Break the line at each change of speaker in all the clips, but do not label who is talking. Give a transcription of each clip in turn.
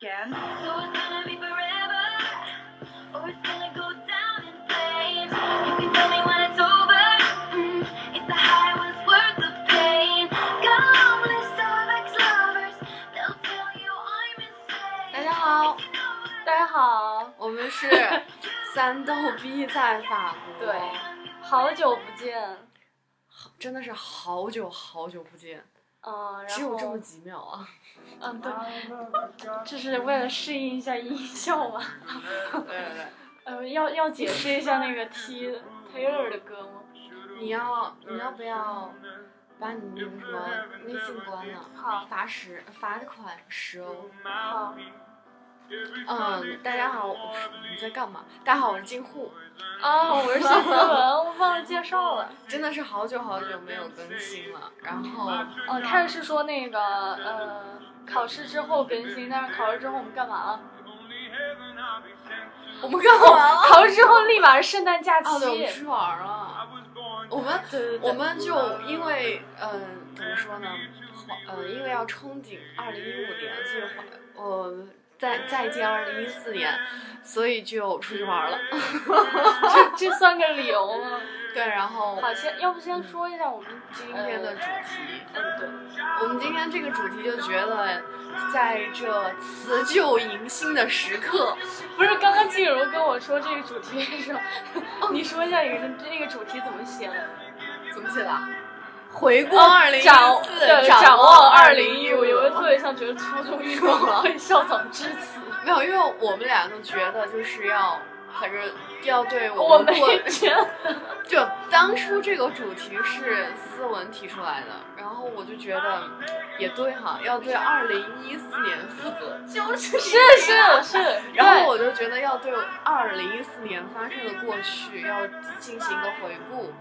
again.
So it's gonna be forever, or it's gonna go down in flames. You can tell me when it's over, mm, if the high was worth the pain. Godless Starbucks lovers, they'll tell you I'm insane.
大家好，大家好，
我们 是三逗逼在法国，
对，好久不见，
真的是好久好久不见，
嗯、然后
只有这么几秒啊！
嗯，对，就是为了适应一下音效嘛。
对对对，嗯
呃，要要解释一下那个 T Taylor 的歌吗？
你要你要不要把你那个什么微信关了？
好，
罚十罚款十欧。
好，
嗯，大家好，我是你在干嘛？大家好，我是金户，
啊，我是谢思文，我忘了介绍了。
真的是好久好久没有更新了。然后
嗯、开始是说那个呃，考试之后更新，但是考试之后我们干嘛啊了？
我们干嘛了？
考试之后立马是圣诞假期。
啊，对，我 们出去玩了。我们
对对对，
我们就因为嗯、呃怎么说呢，环呃，因为要憧憬二零一五年，所以环呃再再见二零一四年，所以就出去玩 了。
这这算个理由吗？
对，然后
好，先要不先说一下我们呃
今天的主题，
嗯，对，
我们今天这个主题就觉得，在这辞旧迎新的时刻，
不是刚刚静茹跟我说这个主题的时候，
哦
你说一下你的那个主题怎么写的？
怎么写的啊？回顾
啊
二零一
展
四，
对展望
二
二
零
零
一
一
五
五，。有的特别像觉得初中运动会校长致辞，
没有，因为我们俩都觉得就是要，反正要对
我
我们
没
过
觉得。
就当初这个主题是思文提出来的，然后我就觉得也对哈，要对二零一四年负责，就是
是是是，
然后
我
我就觉得要对二零一四年发生的过去要进行一个回顾，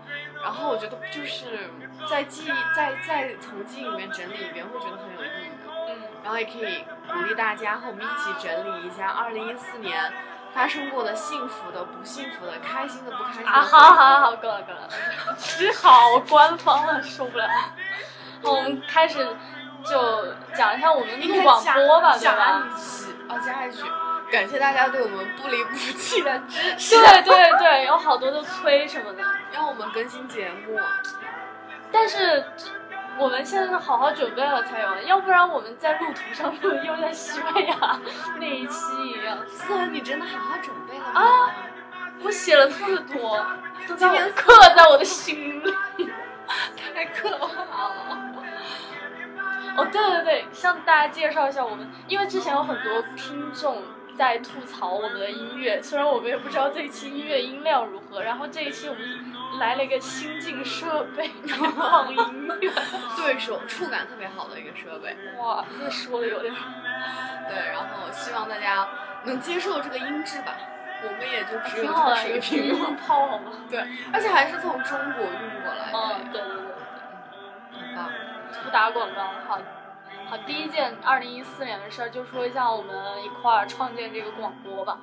然后我觉得就是在记忆在在从记忆里面整理一遍，会觉得很有意义。
嗯
然后也可以鼓励大家和我们一起整理一下二零一四年发生过的幸福的、不幸福的、开心的、不开心的。
啊，好好好，够了够了，只好官方了，受 不了。好，我们开始就讲一下我们
应
录
该
广
加
播吧，对吧
加？一句啊，加一句，感谢大家对我们不离不弃的支持，
对对对，有好多都催什么的，
让我们更新节目。
但是这我们现在是好好准备了才有，要不然我们在路途上录，又像西班牙 那一期啊一样，
思文，你真的好好准备了吗？
我写了特别多，都在
今天
我刻在我的心里。
太可怕了！
哦，对对对，向大家介绍一下我们，因为之前有很多听众在吐槽我们的音乐，虽然我们也不知道这一期音乐音量如何，然后这一期我们来了一个新进设备放音乐，
对手触感特别好的一个设备，
哇，这说的有点儿，
对，然后希望大家能接受这个音质吧，我们也就只有
挺
这
好
个
的，
水
有
平
低
了
音。炮好吗？
对，而且还是从中国运过来的，
嗯，对对对。
很棒。
不打广告，好，好，第一件二零一四年的事儿，就说一下我们一块儿创建这个广播吧，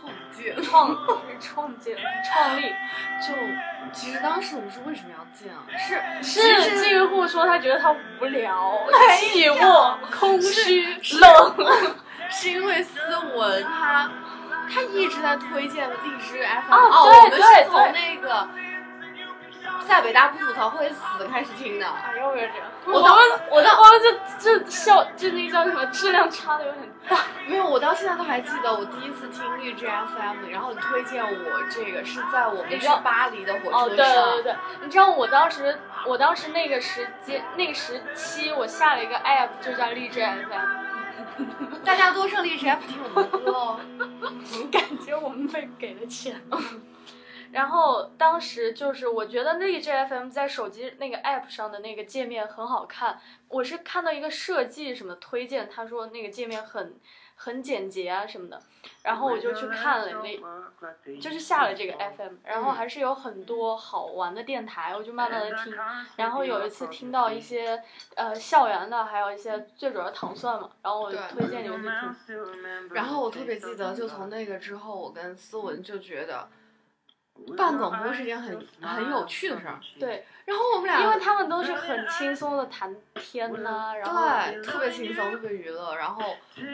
创建
创 创建创立
就，其实当时我们是为什么要建啊？是其
是
实
进户说他觉得他无聊、寂
有
寞、空虚、
是
冷，
是因为思文他他一直在推荐荔枝 FM
哦
哦，
对
我们
对
是从
对
那个在北大不吐槽会死开始听的。
哎呦，我这样，
我
我
到
们
我到
我们这这效这那叫什么质量差的有点大，
没有，我到现在都还记得我第一次听荔枝 FM，然后你推荐我这个是在我们
你
去
知道
巴黎的火车上，
哦，对对对对，你知道我当时，我当时那个时间那个时期，我下了一个 app，就叫励志 FM，
大家多上荔枝 FM 听我们的歌 哦。
感觉我们被给了钱。然后当时就是，我觉得励志 FM 在手机那个 app 上的那个界面很好看。我是看到一个设计什么推荐，他说那个界面很很简洁啊什么的，然后我就去看了那就是下了这个 FM，然后还是有很多好玩的电台，我就慢慢的听。然后有一次听到一些呃校园的，还有一些最主要糖蒜嘛，然后我
对
推荐你们去听。
然后我特别记得，就从那个之后，我跟思文就觉得，办广播是件很很有趣的事儿。
对，
然后我们俩
因为他们都是很轻松的谈天呐、然后
对特别轻松，特别娱乐，然后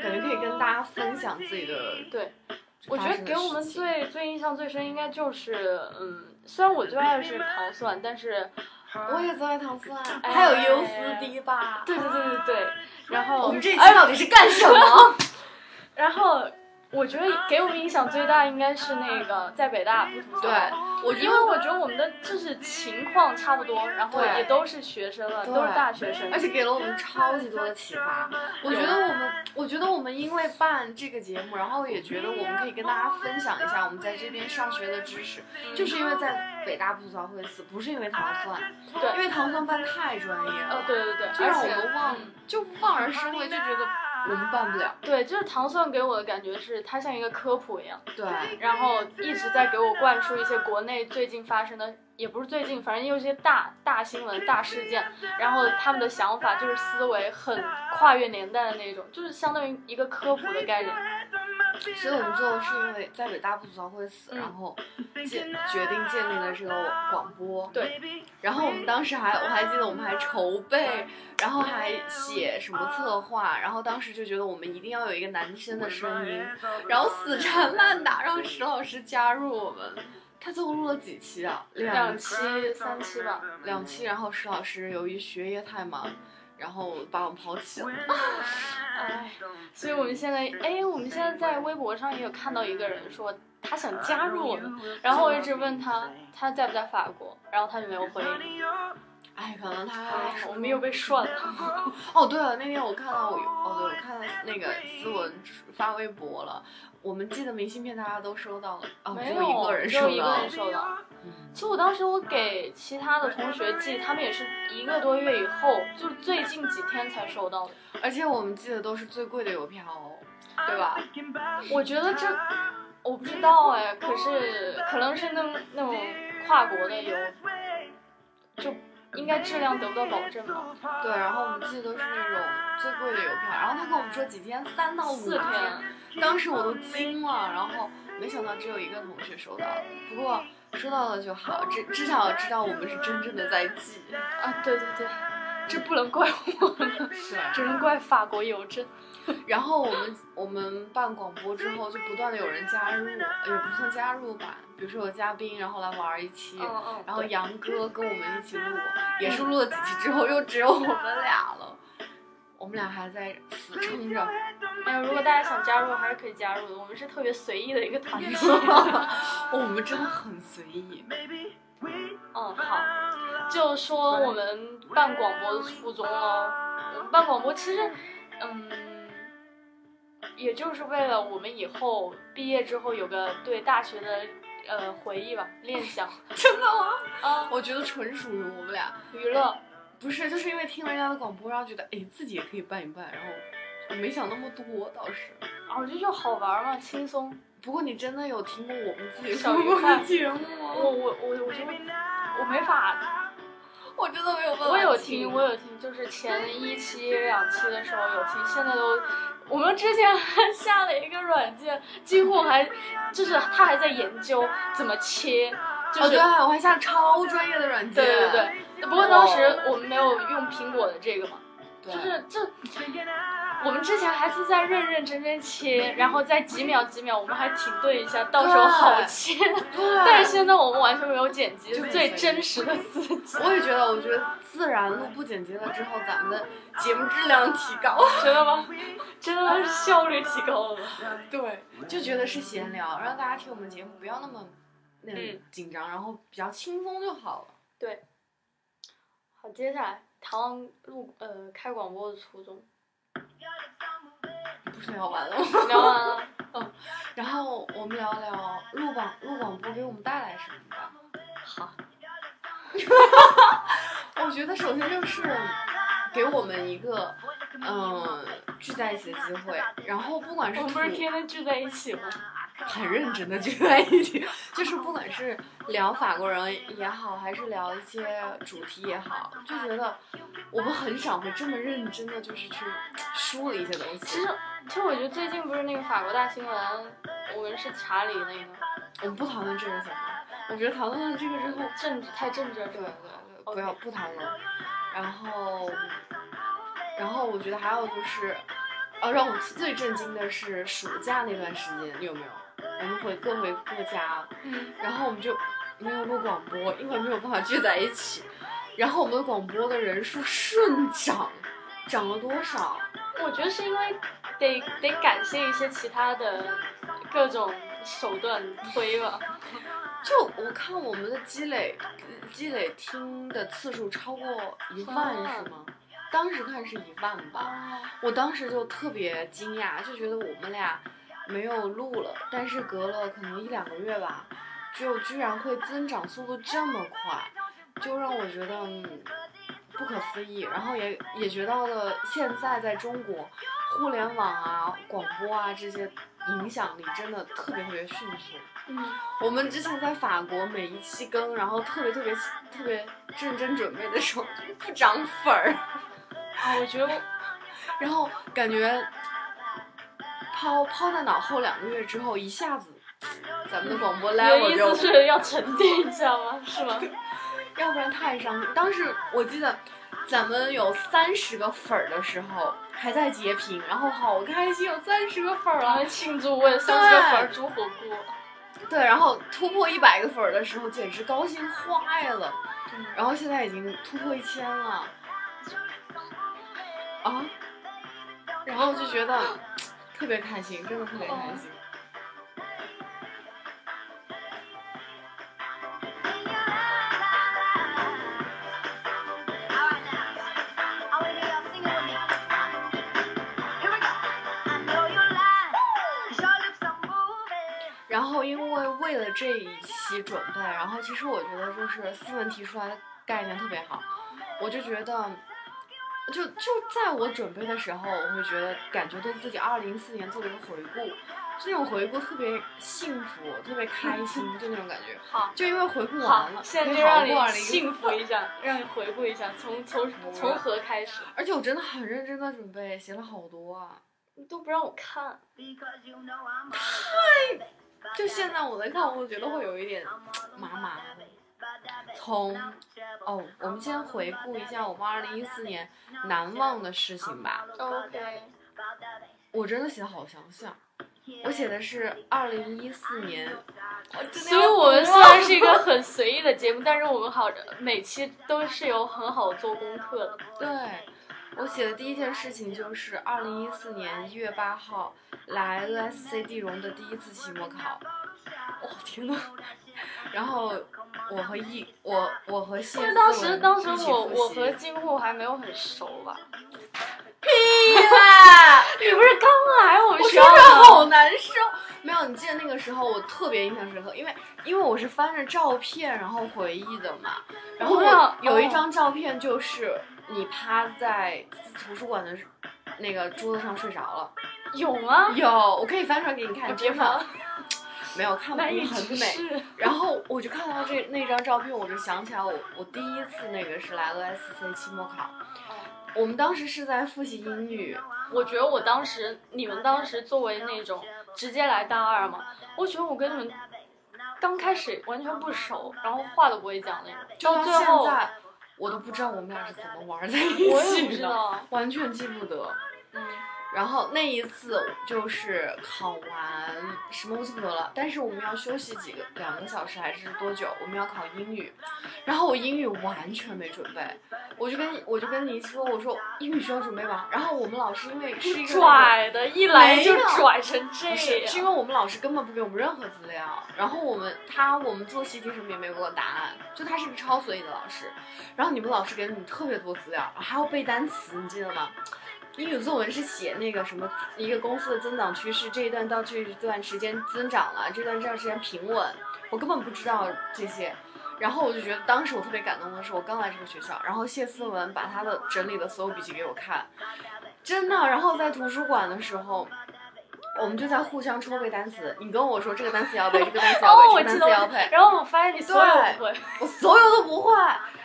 感觉可以跟大家分享自己的
对，我觉
发
得
生的
给我们
事情
最最印象最深应该就是，嗯，虽然我最爱的是糖蒜，但是啊
我也最爱糖蒜，
哎
还有优思迪吧。
对对对对对，然后
我们这一期到底是干什么？
然后我觉得给我们影响最大应该是那个在北大不吐槽
对，我觉
因为
得，
我觉得我们的就是情况差不多，然后
对
也都是学生了，
对
都是大学生，
而且给了我们超级多的启发。我觉得我们，我觉得我们因为办这个节目，然后也觉得我们可以跟大家分享一下我们在这边上学的知识，就是因为在北大不吐槽会死，不是因为糖蒜，
对
因为糖蒜办太专业
呃
了，
对对对，
就
而
让我
且
们望
嗯
就望而生畏，就觉得我们办不了。
对，就是糖蒜给我的感觉是它像一个科普一样，
对，
然后一直在给我灌输一些国内最近发生的，也不是最近，反正有一些大大新闻、大事件，然后他们的想法就是思维很跨越年代的那种，就是相当于一个科普的概念。
所以我们最后是因为在北大不吐槽会死，
嗯
然后建决定建立了这个广播。
对，
然后我们当时还我还记得我们还筹备，然后还写什么
啊
策划，然后当时就觉得我们一定要有一个男生的声音，然后死缠烂打让石老师加入我们。他最后录了几期啊？
两
期，
期、三期吧，
两期。然后石老师由于学业太忙，然后把我们抛弃了。
哎，所以我们现在，哎，我们现在在微博上也有看到一个人说他想加入我们，然后我一直问他他在不在法国，然后他就没有回应，
哎，可能他
哎我们又被涮了。
哦，对了，那天我看到我有哦，对，我看到那个思文发微博了。我们寄的明信片大家都收到了，啊，只
没
有一个人
只有
收
一个
到
人。收到。
嗯
其实我当时我给其他的同学寄，他们也是一个多月以后，就是最近几天才收到的。
而且我们寄的都是最贵的邮票哦，对吧？
我觉得这我不知道哎，可是可能是那那种跨国的邮，就应该质量得不到保证吧？
对，然后我们寄的都是那种最贵的邮票，然后他跟我们说几天，三到五
四哦天，
当时我都惊了，然后没想到只有一个同学收到了，不过收到了就好，至至少知道我们是真正的在寄。
啊，对对对，这不能怪我们，
是
只能怪法国邮政。
然后我们我们办广播之后，就不断的有人加入，也不算加入吧，比如说有嘉宾，然后来玩一期，
嗯
然后杨哥跟我们一起录，也是录了几期之后，又只有我们俩了，我们俩还在死撑着，
没哎有，如果大家想加入还是可以加入的，我们是特别随意的一个团体。
我们真的很随意，
嗯，好，就说我们办广播的初衷喽。我们办广播其实，嗯，也就是为了我们以后毕业之后有个对大学的呃回 忆吧，联想
真的吗？
啊，
我觉得纯属于我们俩，
娱乐。
不是，就是因为听了人家的广播，然后觉得哎自己也可以办一办，然后我没想那么多倒是。
啊，我觉得就好玩嘛，轻松。
不过你真的有听过我们自己
小
录
鱼
过的
干
节目
我
吗？
我我我就我没法，
我真的没有办法。
我有
嗯
听，我有听，就是前一期、两期的时候有听，现在都。我们之前还下了一个软件，几乎还就是他还在研究怎么切，就
哦
是
对，我还下超专业的软件。
对对对，对，不过当时我们没有用苹果的这个嘛，
对
就是这，我们之前还是在认认真真切，然后在几秒几秒，我们还停顿一下，到时候好切。
对。
但是现在我们完全没有剪辑
就，很
最
随意
真实的自己，
我也觉得，我觉得自然录不剪辑了之后，咱们的节目质量提 高。
觉得吗？真的是效率提高了。
对， 就觉得是闲聊，让大家听我们节目不要那么那
嗯
种紧张，然后比较轻松就好了。
好，接下来唐录呃开广播的初 衷，
不是聊完了吗，
聊完了。
然后我们聊聊录广录广播给我们带来什么吧。
好，
我觉得首先就是给我们一个嗯聚在一起的机会，然后不管是
我们不是
土
天天聚在一起吗？
很认真的聚在一起，就是不管是聊法国人也好，还是聊一些主题也好，就觉得我们很少会这么认真的就是去梳理一些东
其
西
实。，其实我觉得最近不是那个法国大新闻，我们是查理那个。
我们不讨论这个怎么，我觉得讨论完这个之后，
政治太政治了，
对对对，不
OK
要不谈了。然后，然后我觉得还有就是，啊，让我最震惊的是暑假那段时间，你有没有？我们回各回各家，
嗯，
然后我们就没有录广播，因为没有办法聚在一起。然后我们的广播的人数瞬涨，涨了多少？
我觉得是因为得得感谢一些其他的各种手段推吧，
就我看我们的积累，积累听的次数超过一万是吗？当时看是一万吧，
啊，
我当时就特别惊讶，就觉得我们俩没有录了，但是隔了可能一两个月吧，就居然会增长速度这么快，就让我觉得、嗯、不可思议。然后也也觉到了现在在中国互联网啊、广播啊这些影响力真的特别特别迅速。
嗯，
我们之前在法国每一期更，然后特别特别特别认真准备的时候就不涨粉儿，
啊，我觉得我
然后感觉抛抛在脑后两个月之后，一下子咱们的广播
你的
level
意思
就是
要沉淀一下吗？是吗？
要不然太伤心。当时我记得咱们有三十个粉儿的时候还在截屏，然后好开心，有三十个粉儿
然后
了。
庆祝为了三十个粉儿煮火锅，
对，然后突破一百个粉儿的时候，简直高兴坏了。
嗯
然后现在已经突破一千了，啊，然后就觉得特别开心，真的特别开
哦
心。然后因为为了这一期准备，然后其实我觉得就是思文提出来的概念特别好，我就觉得，就就在我准备的时候，我会觉得感觉对自己二零一四年做了一个回顾，就那种回顾特别幸福，特别开心，就那种感觉。
好。
就因为回顾
好
完了，，
现在
可
就
以好好
让
过
你
2014
幸福一下，让你回顾一下，从从从何开始？
而且我真的很认真的准备，写了好多啊。
你都不让我看，
就现在我来看，我觉得会有一点麻麻的。从哦，我们先回顾一下我们二零一四年难忘的事情吧。
OK，
我真的写的好详细啊，我写的是二零一四年。
所以我们虽然 是一个很随意的节目，但是我们好每期都是有很好做功课的。
对，我写的第一件事情就是二零一四年一月八号来 LSC 地荣的第一次期末考。我、天呐，然后我和一我我和谢
因为
思
当时
文
当时
一起
我
复
我
习
和金户还没有很熟 吧？
屁啦！
你不是刚来我们
我
学
说着
校吗？
好难受。没有，你记得那个时候我特别印象深刻，因为因为我是翻着照片然后回忆的嘛，然后
我知道
有一
哦
张照片就是你趴在图书馆的那个桌子上睡着了，
有吗？
有，我可以翻出来给你看，
别
真的
翻，
没有看
难以
不
直
很美。
视。
然后我就看到这那张照片，我就想起来我我第一次那个是来 LSC 期末考，我们当时是在复习英语，
我觉得我当时，你们当时作为那种直接来大二嘛，我觉得我跟你们刚开始完全不熟，然后话都不会讲那种，
就到
哦最
现
后
在我都不知道我们俩是怎么玩在一
我也不
起
知
的，
道。
完全记不得。
嗯，
然后那一次就是考完什么我记不得了，但是我们要休息几个两个小时还是多久？我们要考英语，然后我英语完全没准备，我就跟我就跟你说，我说英语需要准备吗？然后我们老师因为是一个那种
拽的，一来就
没有
拽成这
不是，是因
样。
为我们老师根本不给我们任何资料，然后我们他我们做习题什么也没有给我答案，就他是个超随意的老师。然后你们老师给你特别多资料，还要背单词，你记得吗？英语作文是写那个什么一个公司的增长趋势，这一段到这一段时间增长了，这段这段时间平稳，我根本不知道这些。然后我就觉得当时我特别感动的是，我刚来这个学校，然后谢思文把他的整理的所有笔记给我看，真的。然后在图书馆的时候，我们就在互相抽背单词，你跟我说这个单词 要背，这个单词要
哦，
背，
我
这
记
个单
得
词要背，
然后我发现你所有
对
不会，
我所有都不会。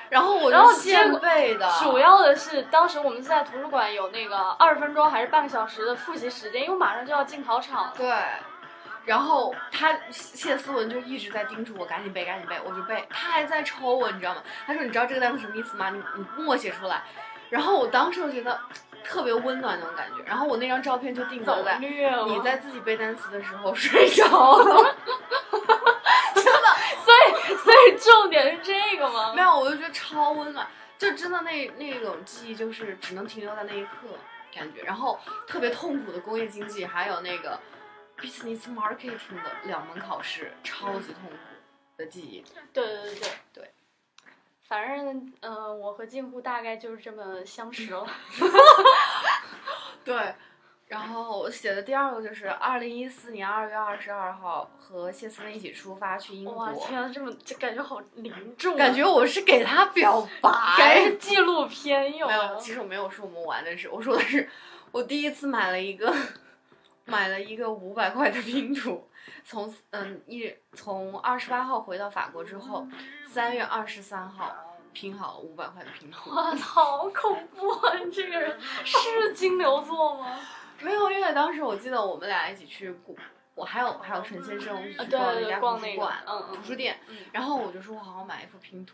然后我
然后
就
结
现
果
背的，
主要的是，当时我们是在图书馆有那个二十分钟还是半个小时的复习时间，因为马上就要进考场了。
对。然后他谢思文就一直在叮嘱我赶紧背，赶紧背，我就背。他还在抽我，你知道吗？他说你知道这个单词什么意思吗？你你默写出来。然后我当时就觉得特别温暖那种感觉。然后我那张照片就定格
走
在
略了。
你在自己背单词的时候睡着 了。
所以所以重点是这个吗？
没有，我就觉得超温暖，就真的那那种记忆就是只能停留在那一刻感觉，然后特别痛苦的工业经济，还有那个 business marketing 的两门考试，超级痛苦的记忆。
对对对对
对。
反正，嗯、我和近乎大概就是这么相识了。
对，然后我写的第二个就是二零一四年二月二十二号和谢思文一起出发去英
哇，
国，
天啊，这么这感觉好凝重、啊，
感觉我是给他表
感觉
白
是。纪录片用
没
的
有，。啊其实我没有说我们玩的是， 我说的是我第一次买了一个， 买了一个五百块的拼图，从嗯一从二十八号回到法国之后，三月二十三号拼好了五百块的拼图。
哇，好恐怖啊！你这个 人是金牛座吗？
没有，因为当时我记得我们俩一起去古，我还有还有陈先生，我们一
啊，
起去
对
逛
对
那
对，
家
逛
图
那
书
个，
馆、
嗯嗯
图书店，
嗯。
然后我就说我好像买一副拼图，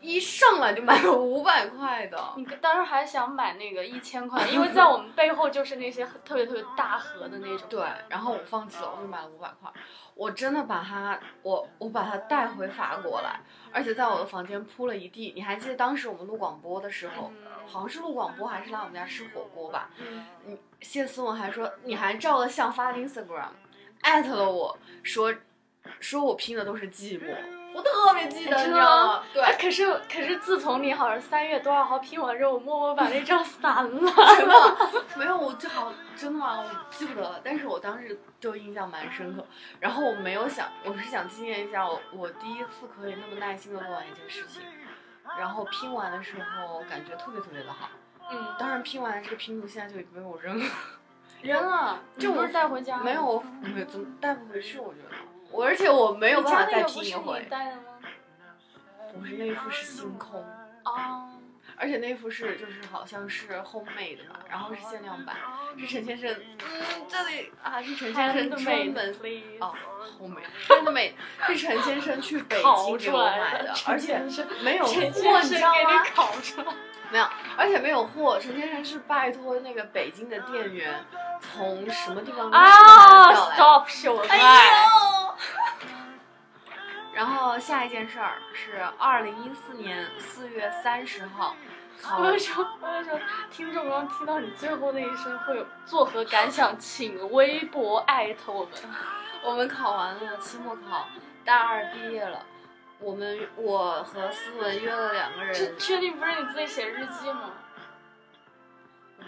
一上来就买了五百块的。
你当时还想买那个一千块，因为在我们背后就是那些特别特别大盒的那种。
对，然后我放弃了，我就买了五百块儿。我真的把它，我我把它带回法国来，而且在我的房间铺了一地。你还记得当时我们录广播的时候，好像是录广播还是来我们家吃火锅吧？
嗯，
你谢思文还说你还照了相发了 Instagram，艾特了我说说我拼的都是寂寞，我特别记得，
哎
你知
真的
道
吗
吗？对
哎，，可是可是自从你好像三月多少号批完之后，我默默把那张删 了。
真的 没有，我就好真的吗？我记不得了，但是我当时就印象蛮深刻。然后我没有想，我是想纪念一下我我第一次可以那么耐心的做完一件事情，然后拼完的时候感觉特别特别的好。
嗯，
当然，拼完这个拼图现在就已经被我扔了，
扔了，
就
啊你不
我
是带回家吗
没有，，我没有怎么带不回去，我觉得。我而且我没有
你
办
家
法
那
再
个不
拼一
是
回
你，带的吗？
我是那一副是星空，
哦，
而且那一副是就是好像是 homemade 吧，然后是限量版，是陈先生，嗯，这里啊是陈先生专门
please
哦，后美，真的美，是陈先生去北
烤
京给
出
我
来
买的
的，，
而且
陈先生
没有货，
陈
你
先生
知道
给
吗
你？烤出来。
没有，而且没有货，陈先生是拜托那个北京的店员从什么地方给我
啊
调来的。
，stop 秀爱，
然后下一件事儿是二零一四年四月三十号，考
我跟你说，我跟你说，听众刚听到你最后那一声会有作何感想？请微博艾特我们。
我们考完了期末考，大二毕业了。我们我和思文约了两个
这
人，
确定不是你自己写日记吗？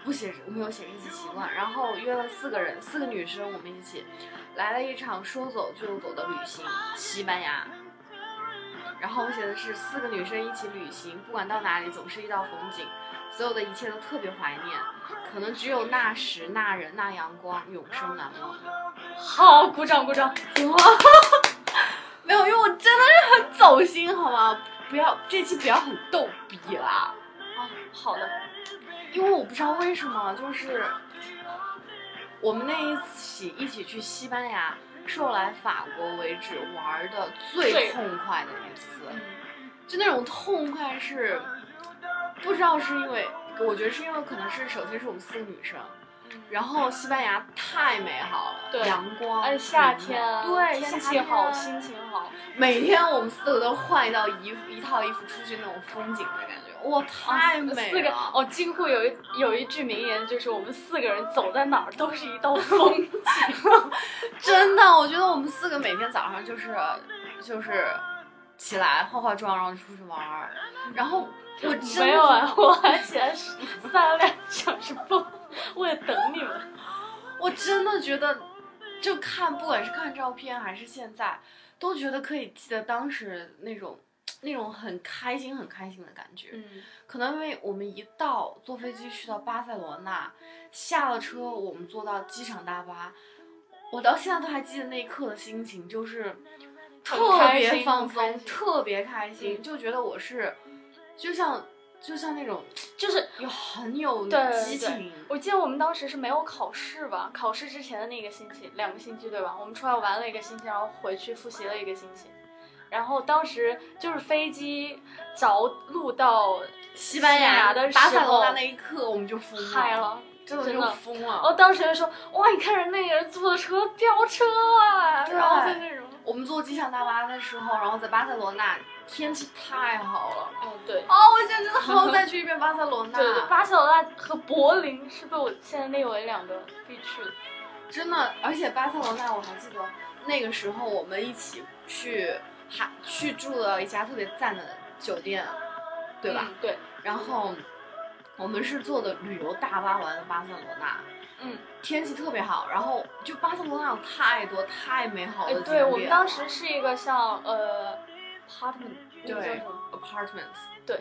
不写日，我没有写日记习惯。然后约了四个人，四个女生，我们一起来了一场说走就走的旅行，西班牙。然后我写的是四个女生一起旅行，不管到哪里总是一道风景，所有的一切都特别怀念，可能只有那时那人那阳光永生难忘。
好，鼓掌鼓掌。
没有，因为我真的是很走心，好吗？不要这期不要很逗逼啦，
哦，好的。
因为我不知道为什么，就是我们那一起一起去西班牙，是我来法国为止玩的最
最
痛快的一次，
嗯
就那种痛快是不知道是因为，我觉得是因为可能是首先是我们四个女生，然后西班牙太美好了，
对
阳光，
哎，夏天，
对，
天
夏
气好，
啊
心情好，
每天我们四个都换一套衣服，一套衣服出去那种风景的感觉，哇，太美了！
啊四个哦，京沪有一有一句名言，就是我们四个人走在哪儿都是一道风。
真的，我觉得我们四个每天早上就是就是起来化化妆，然后出去玩儿，然后我真的
没有啊，我还嫌三两小时不，为了等你们。
我真的觉得，就看不管是看照片还是现在，都觉得可以记得当时那种那种很开心很开心的感觉。
嗯，
可能因为我们一到坐飞机去到巴塞罗那，下了车我们坐到机场大巴，我到现在都还记得那一刻的心情，就是
很
特
开
别
心
放
很开
松，
心嗯
特别开心，就觉得我是就像就像那种
就是
有很有
对
激情，
我记得我们当时是没有考试吧？考试之前的那个星期，两个星期对吧？我们出来玩了一个星期，然后回去复习了一个星期。然后当时就是飞机着陆到
西班
牙的时候
巴塞罗那那一刻我们就疯
嗨
了，
了，
真的
真
就
的哦
疯
然后
了。
当时就说哇，你看人那个人坐的车飙车啊，
对
然后在那种，
我们坐机场大巴的时候，然后在巴塞罗那，天气太好了。
哦对。
哦，我现在真的好想 再去一遍巴塞罗那。
对，巴塞罗那和柏林是被我现在列为两个必去的。
真的，而且巴塞罗那我还记得那个时候我们一起去还去住了一家特别赞的酒店，对吧？
嗯对，
然后我们是坐的旅游大巴玩的巴塞罗那，
嗯，
天气特别好，然后就巴塞罗那有太多太美好
哎
的，景点啊
对
了。
我们当时是一个像呃，apartment 那个叫
对
什么
apartments
的，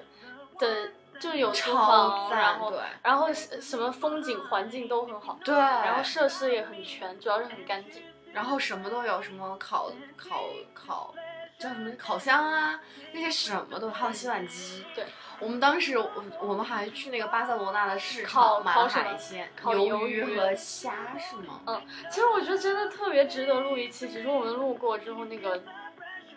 就有厨
超
房，
赞，
然后
对
然后什什么风景环境都很好，
对，
然
然
后设施也很全，主要是很干净。
然后什么都有，什么烤烤烤叫什么烤箱啊，那些什么都还有洗碗机。
对，
我们当时我我们还去那个巴塞罗那的市
烤
场买
烤
了
什么
海鲜，
烤鱿
鱼
鱼嗯
和虾是吗？
其实我觉得真的特别值得录一期，只是我们录过之后那个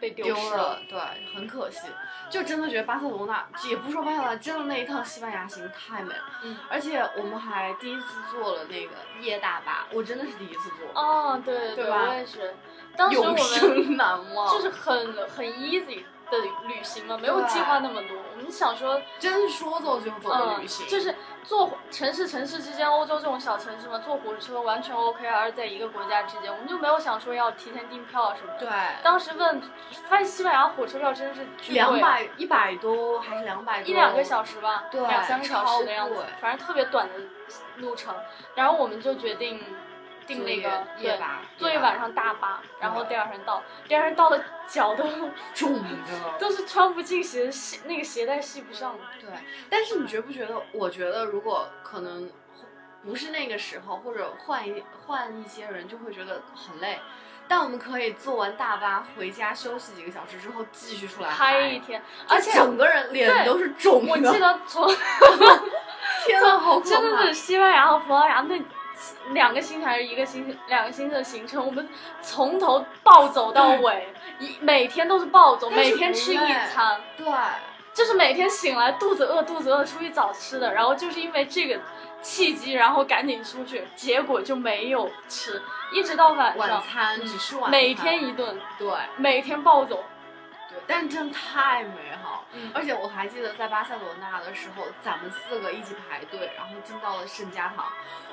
被丢
丢
失
了，对，很可惜。就真的觉得巴塞罗那，也不是说巴塞罗那，真的那一趟西班牙行太美了。
嗯，
而且我们还第一次坐了那个夜大巴，我真的是第一次坐，
哦，对对
对吧
我也是。当时我
永
们
生难忘。
就是很很 easy 的旅行嘛，没有
对
计划那么多。我们想说，
真是说走就走的
嗯
旅行，，
就是坐火城市城市之间，欧洲这种小城市嘛，坐火车完全 OK，而啊是在一个国家之间，我们就没有想说要提前订票啊什么的。
对。
当时问，发现西班牙火车票真是巨贵
两百一百多还是两百多？
一两个小时吧，
对
两三个小时的样
超
子
贵，
反正特别短的路程。然后我们就决定
订
订那
那
个
个
对
夜。嗯吧，
坐一晚上大巴，然后
对
第二天到，第二天到的脚都
重的。
都是穿不进鞋，系那个鞋带系不上的。
对，但是你觉不觉得？我觉得如果可能不是那个时候，或者换一换一些人，就会觉得很累。但我们可以坐完大巴回家休息几个小时之后继续出来
嗨
嗨
一，天，而且
整个人脸
对
都是肿的。
我记得 从
天呐，好可怕！
真的是西班牙和葡萄牙那两个星期还是一个星期两个星期的行程，我们从头暴走到尾，一每天都是暴走，
嗯但是哎
每天吃一
不累
餐，
对，
就是每天醒来肚子饿，肚子饿出去找吃的，然后就是因为这个契机，然后赶紧出去，结果就没有吃，一直到晚
晚
上，
餐只是晚餐，
每天一顿，
对
每天暴走，
对，但真的太美好了。
嗯
而且我还记得在巴塞罗那的时候，咱们四个一起排队，然后进到了圣家堂，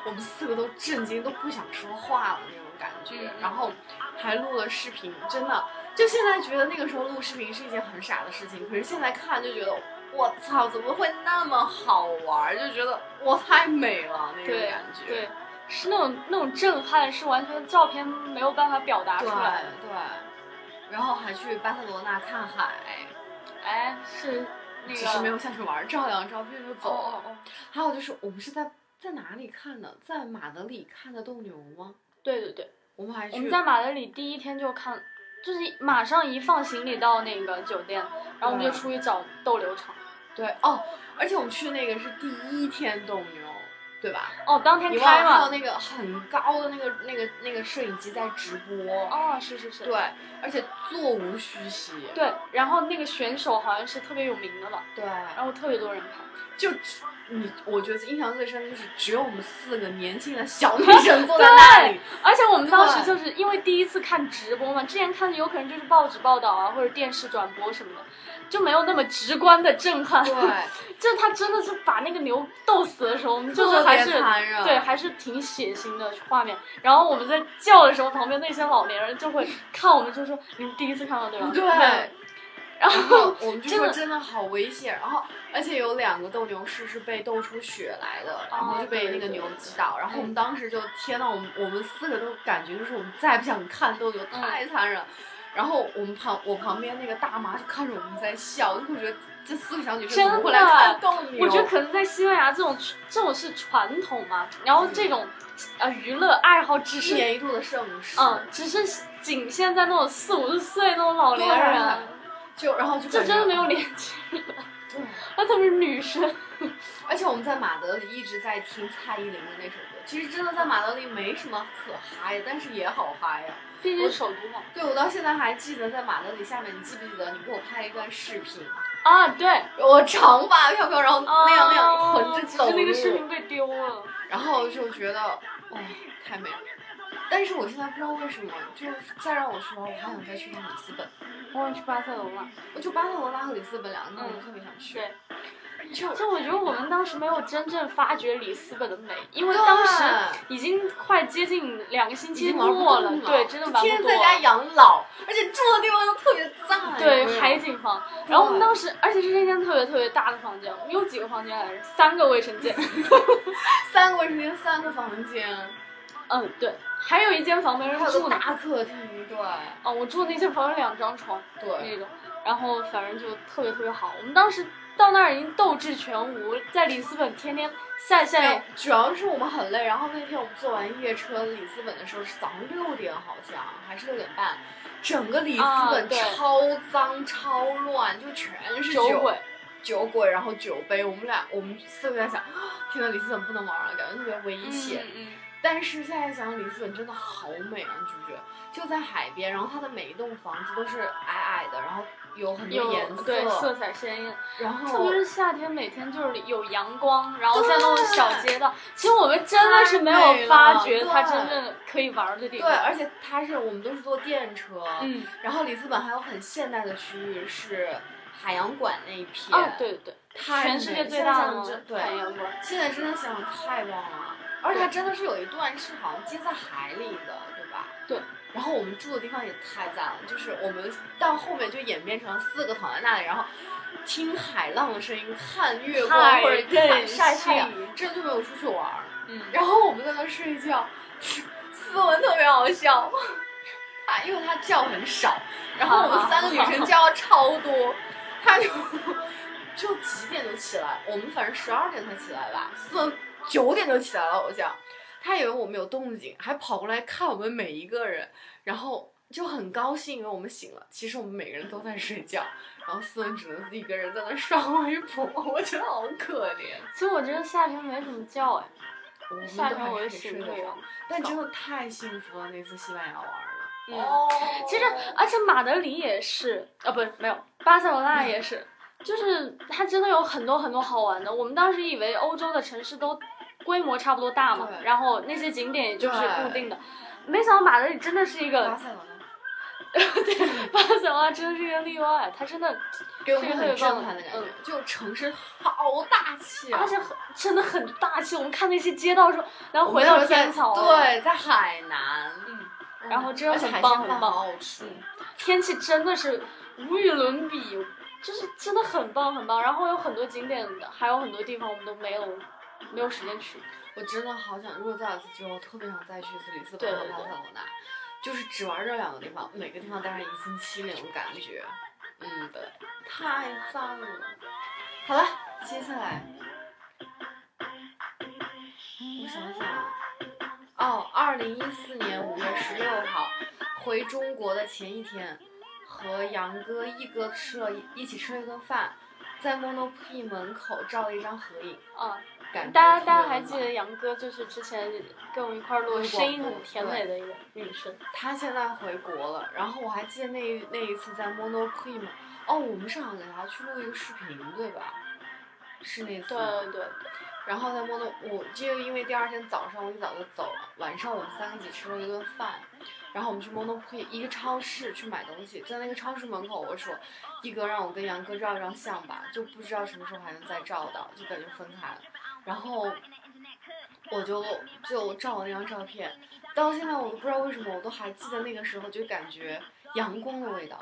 我们四个都震惊，都不想说话了那种感觉。
嗯
然后还录了视频，真的，就现在觉得那个时候录视频是一件很傻的事情，可是现在看就觉得，我操，怎么会那么好玩？就觉得我太美了那种
对
感觉。
对，是那种那种震撼，是完全照片没有办法表达出
对
来的。
对，然后还去巴塞罗那看海，
哎，是那个
只是没有下去玩儿，照两张照片就
哦
走了。
哦哦，
还有就是，我们是在在哪里看的？在马德里看的斗牛吗？
对对对，
我们还去
我们在马德里第一天就看，就是马上一放行李到那个酒店，然后我们就
对
出去找斗牛场。
对哦，而且我们去那个是第一天斗牛，对吧？
哦，当天
你忘
开
了还有
嘛？
那个很高的那个那个那个摄影机在直播，
哦，是是是。
对，而且座无虚席，
对，然后那个选手好像是特别有名的吧，
对，
然后特别多人看。
就只你我觉得印象最深的就是只有我们四个年轻的小女生坐在那里，
而且我们当时
对
就是因为第一次看直播嘛，之前看有可能就是报纸报道啊，或者电视转播什么的，就没有那么直观的震撼。
对，
就是他真的是把那个牛斗死的时候，我们就是
特
还
别
是
残忍，
对，还是挺血腥的画面。然后我们在叫的时候，旁边那些老年人就会看我们，就说：“你们第一次看到对吧？”
对。
然
然
后
后我们就
真
说
的
真的好危险，然后而且有两个斗牛士是被斗出血来的，然
哦
后就被那个牛击倒，然
嗯
后我们当时就天呐，我们我们四个都感觉就是我们再也不想看斗牛，
嗯
太残忍了。然后我们旁我旁边那个大妈就看着我们在笑，就会觉得这四个小女生怎么会来看斗牛？
我觉得可能在西班牙这种这种是传统嘛，然后这种呃娱乐爱好只
一
是
年一度的盛事，
嗯，只是仅限在那种四五十岁那种老年
对啊
人，
就然后就
这
感觉
真的没有年纪。
对，
啊，他们是女生，
而且我们在马德里一直在听蔡依林的那首歌。其实真的在马德里没什么可嗨的，但是也好嗨呀、
毕竟首都嘛。
对，我到现在还记得在马德里下面，你记不记得你给我拍一段视频？
啊，对，
我长发飘飘，然后那样那样
啊
横着
只
走
是那个
路
视频被丢了。
然后就觉得，哇，太美了。但是我现在不知道为什么，就是再让我去玩，我还想再去趟里斯本。
我想去巴塞罗那。
我就巴塞罗那和里斯本两个地方，我特别想去。
嗯对，
就
就我觉得我们当时没有真正发掘里斯本的美，因为当时已经快接近两个星
已
期
经玩不
末
动
了，
了，
对，真的
就
玩
天天
不动
在家养老，而且住的地方又特别赞。有没
对，
有
海景房。然后我们当时，而且是那间特别特别大的房间，我们有几个房间来着？三个卫生间。
三个卫生间，三个房间，
嗯，对，还有一间房没人
还有
住
个
呢。
大客厅，对
哦，我住的那间房有两张床那
对。
种，然后反正就特别特别好。我们当时到那儿已经斗志全无，在里斯本天天晒晒
对，主要是我们很累，然后那天我们坐完夜车里斯本的时候是早上六点好像，还是六点半，整个里斯
啊
本
对
超脏、超乱，就全是
酒鬼。
酒鬼，然后酒杯，我们俩我们四个在想， 啊天呐，里斯本不能玩了，感觉特别危险。
嗯
但是现在想想，里斯本真的好美啊，你觉不觉得？就在海边，然后它的每一栋房子都是矮矮的，然后有很
有
多颜色，
对色彩鲜艳，
然
特
后
别是夏天，每天就是有阳光，然后在那种
对
小街道，其实我们真的是没有发掘它真正可以玩的地
对，
方。
而且它是我们都是坐电车，
嗯，
然后里斯本还有很现代的区域是海洋馆那一片，
啊，对对，
太美了
全世界最
现
大
在想
的
真对，
海洋馆，
现在真的想想太棒了，而且它真的是有一段是好像接在海里的，对吧？
对。
然后我们住的地方也太赞了，就是我们到后面就演变成了四个躺在那里，然后听海浪的声音，看月光
太
或者看
任
晒太阳
性，
真的就没有出去玩儿。
嗯，
然后我们在那睡觉，斯文特别好笑，他因为他觉很少，然后我们三个女生觉超多，他就就几点就起来，我们反正十二点才起来吧，斯文九点就起来了，我想，他以为我们有动静，还跑过来看我们每一个人，然后。就很高兴，以为我们醒了。其实我们每个人都在睡觉，然后斯文只能一个人在那刷微博，我觉得好可怜。
其实我觉得夏天没什么觉哎，
我们
夏
都
天
还是
我就
可以睡
醒
得
不
着
了。
但真的太幸福了，那次西班牙玩了。哦
嗯，其实而且马德里也是，啊，不是没有，巴塞罗那也是，就是它真的有很多很多好玩的。我们当时以为欧洲的城市都规模差不多大嘛，
对
然后那些景点也就是
对
固定的。没想到马德里真的是一
巴
个，
塞罗那
巴塞罗那真的是一个例外，它真的，
给我们
这个
很
特别棒
震撼的感觉
嗯，
就城市好大气啊
而！且很真的很大气。我们看那些街道的时候，然后
我们
回
那时
到
候在
天桥，，啊
对，在海南，
嗯，
嗯
然后真的
而且
很
海
棒
鲜
很
饭
棒
好好吃。
嗯天气真的是无与伦比，就是真的很棒很棒。然后有很多景点，还有很多地方我们都没有没有时间去。
我真的好想，如果再有一次机会，我特别想再去一次里斯
对
本和
对
巴
对
塞罗那，就是只玩这两个地方，每个地方待上一星期那种感觉。嗯对，太赞了。好了，接下来我想想啊，哦，二零一四年五月十六号回中国的前一天，和杨哥、一哥吃了一一起吃了一顿饭，在 Monoprix 门口照了一张合影，
啊，
感觉
大家
特别
大家还
温
记
暖
得杨哥就是之前跟我们一块儿录
录
声
广
音
播
很甜美的一个女生，
他现在回国了，然后我还记得那一那一次在 Monoprix 嘛，哦，我们上海给他去录一个视频，对吧？是那次
对
吗。
对对，
然后在 Mono，我就因为第二天早上我一早就走了，晚上我们三个一起吃了一顿饭，然后我们去 Monoprix 一个超市去买东西，在那个超市门口，我说一哥让我跟杨哥照一张相吧，就不知道什么时候还能再照到，就感觉分开了。然后我就就照我那张照片，到现在我都不知道为什么，我都还记得那个时候，就感觉阳光的味道。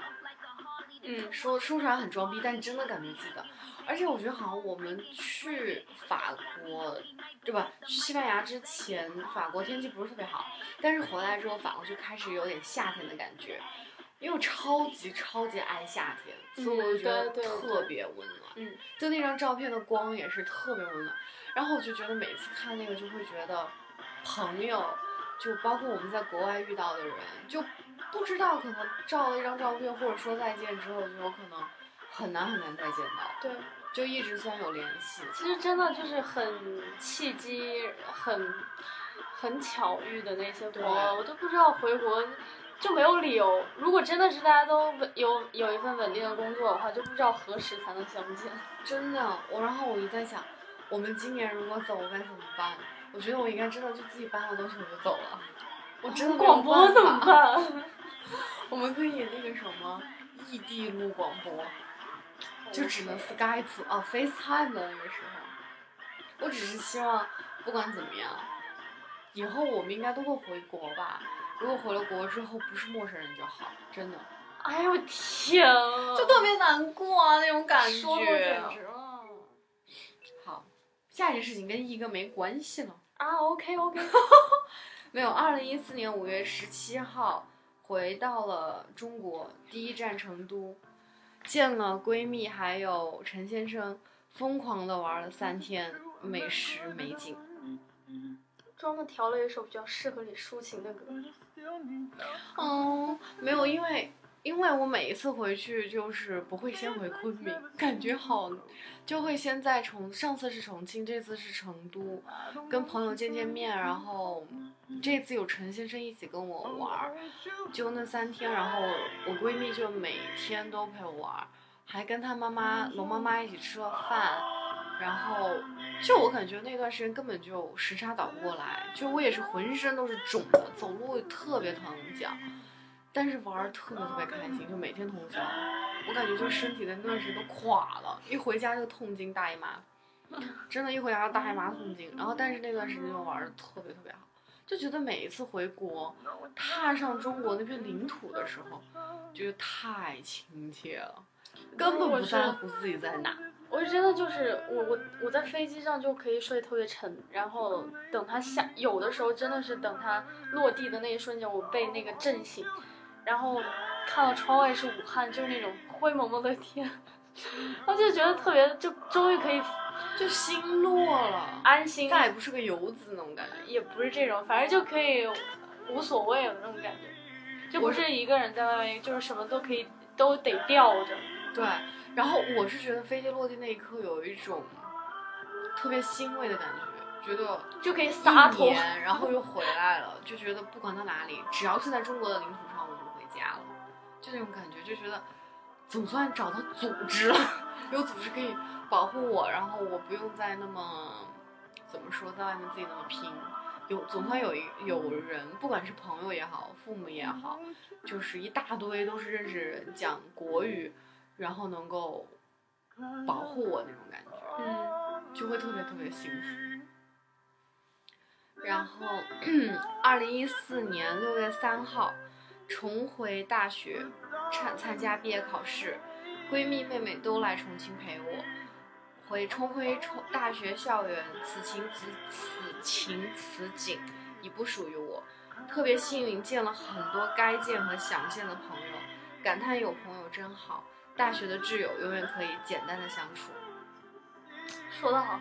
嗯，
说说出来很装逼，但真的感觉记得。而且我觉得好像我们去法国，对吧？去西班牙之前，法国天气不是特别好，但是回来之后，法国就开始有点夏天的感觉。因为我超级超级爱夏天，所以我就觉得
嗯对对对
特别温暖。
嗯，
就那张照片的光也是特别温暖。然后我就觉得每次看那个，就会觉得朋友，就包括我们在国外遇到的人，就不知道可能照了一张照片，或者说再见之后，就有可能很难很难再见到。
对，
就一直算有联系。
其实真的就是很契机，很很巧遇的那些活，
对
我都不知道回国就没有理由。如果真的是大家都稳有有一份稳定的工作的话，就不知道何时才能相见。
真的，我然后我就在想，我们今年如果走该怎么办？我觉得我应该真的就自己搬了东西我就走了，我真的没有
广播
办
怎么
法？
办？
我们可以那个什么异地录广播，就只能 Skype 啊 FaceTime 的那个时候。我只是希望，不管怎么样，以后我们应该都会回国吧。如果回了国之后不是陌生人就好，真的
哎呦天啊！
就特别难过啊那种感觉。
说的简直了。
好，下一件事情跟一哥没关系了。
啊，OK OK，
没有，二零一四年五月十七号回到了中国，第一站成都，见了闺蜜还有陈先生，疯狂的玩了三天美食美景。
专门调了一首比较适合你抒情的歌。
哦，没有，因为因为我每一次回去就是不会先回昆明，感觉好，就会先在重上次是重庆，这次是成都，跟朋友见见面，然后这次有陈先生一起跟我玩儿，就那三天，然后我闺蜜就每天都陪我玩儿，还跟她妈妈龙妈妈一起吃了饭，然后就我感觉那段时间根本就时差倒不过来，就我也是浑身都是肿的，走路特别疼脚，但是玩儿特别特别开心，就每天通宵，我感觉就身体的那段时间都垮了，一回家就痛经大姨妈，真的，一回家就大姨妈痛经，然后但是那段时间就玩的特别特别好。就觉得每一次回国，踏上中国那片领土的时候，觉得太亲切了，根本不在乎自己在哪。
我是真的就是我我我在飞机上就可以睡特别沉，然后等它下，有的时候真的是等它落地的那一瞬间，我被那个震醒，然后看到窗外是武汉，就是那种灰蒙蒙的天， 我就觉得特别，就终于可以
就心落了，
安心，
再也不是个游子那种感觉。
也不是这种，反正就可以无所谓了那种感觉，就不是一个人在外面，就是什么都可以都得吊着，
对，然后我是觉得飞机落地那一刻有一种特别欣慰的感觉，觉得
就可以洒
一
脱。
年然后又回来了，就觉得不管到哪里，只要是在中国的领土上，我就回家了，就那种感觉，就觉得总算找到组织了， 有组织可以保护我，然后我不用再那么怎么说，在外面自己那么拼。有总算有一有人，不管是朋友也好，父母也好，就是一大堆都是认识人讲国语，然后能够保护我那种感觉。
嗯。
就会特别特别幸福。然后，二零一四年六月三号，重回大学，参参加毕业考试，闺蜜妹妹都来重庆陪我，回重回重大学校园，此情此此情此景已不属于我，特别幸运见了很多该见和想见的朋友，感叹有朋友真好，大学的挚友永远可以简单的相处。
说得好，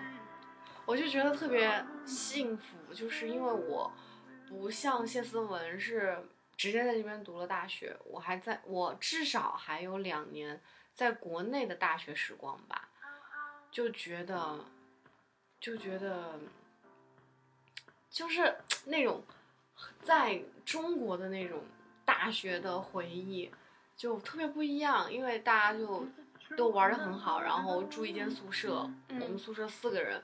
我就觉得特别幸福，就是因为我不像谢思文是直接在这边读了大学，我还在我至少还有两年在国内的大学时光吧，就觉得就觉得就是那种在中国的那种大学的回忆就特别不一样，因为大家就都玩的很好，然后住一间宿舍，我们
嗯
宿舍四个人。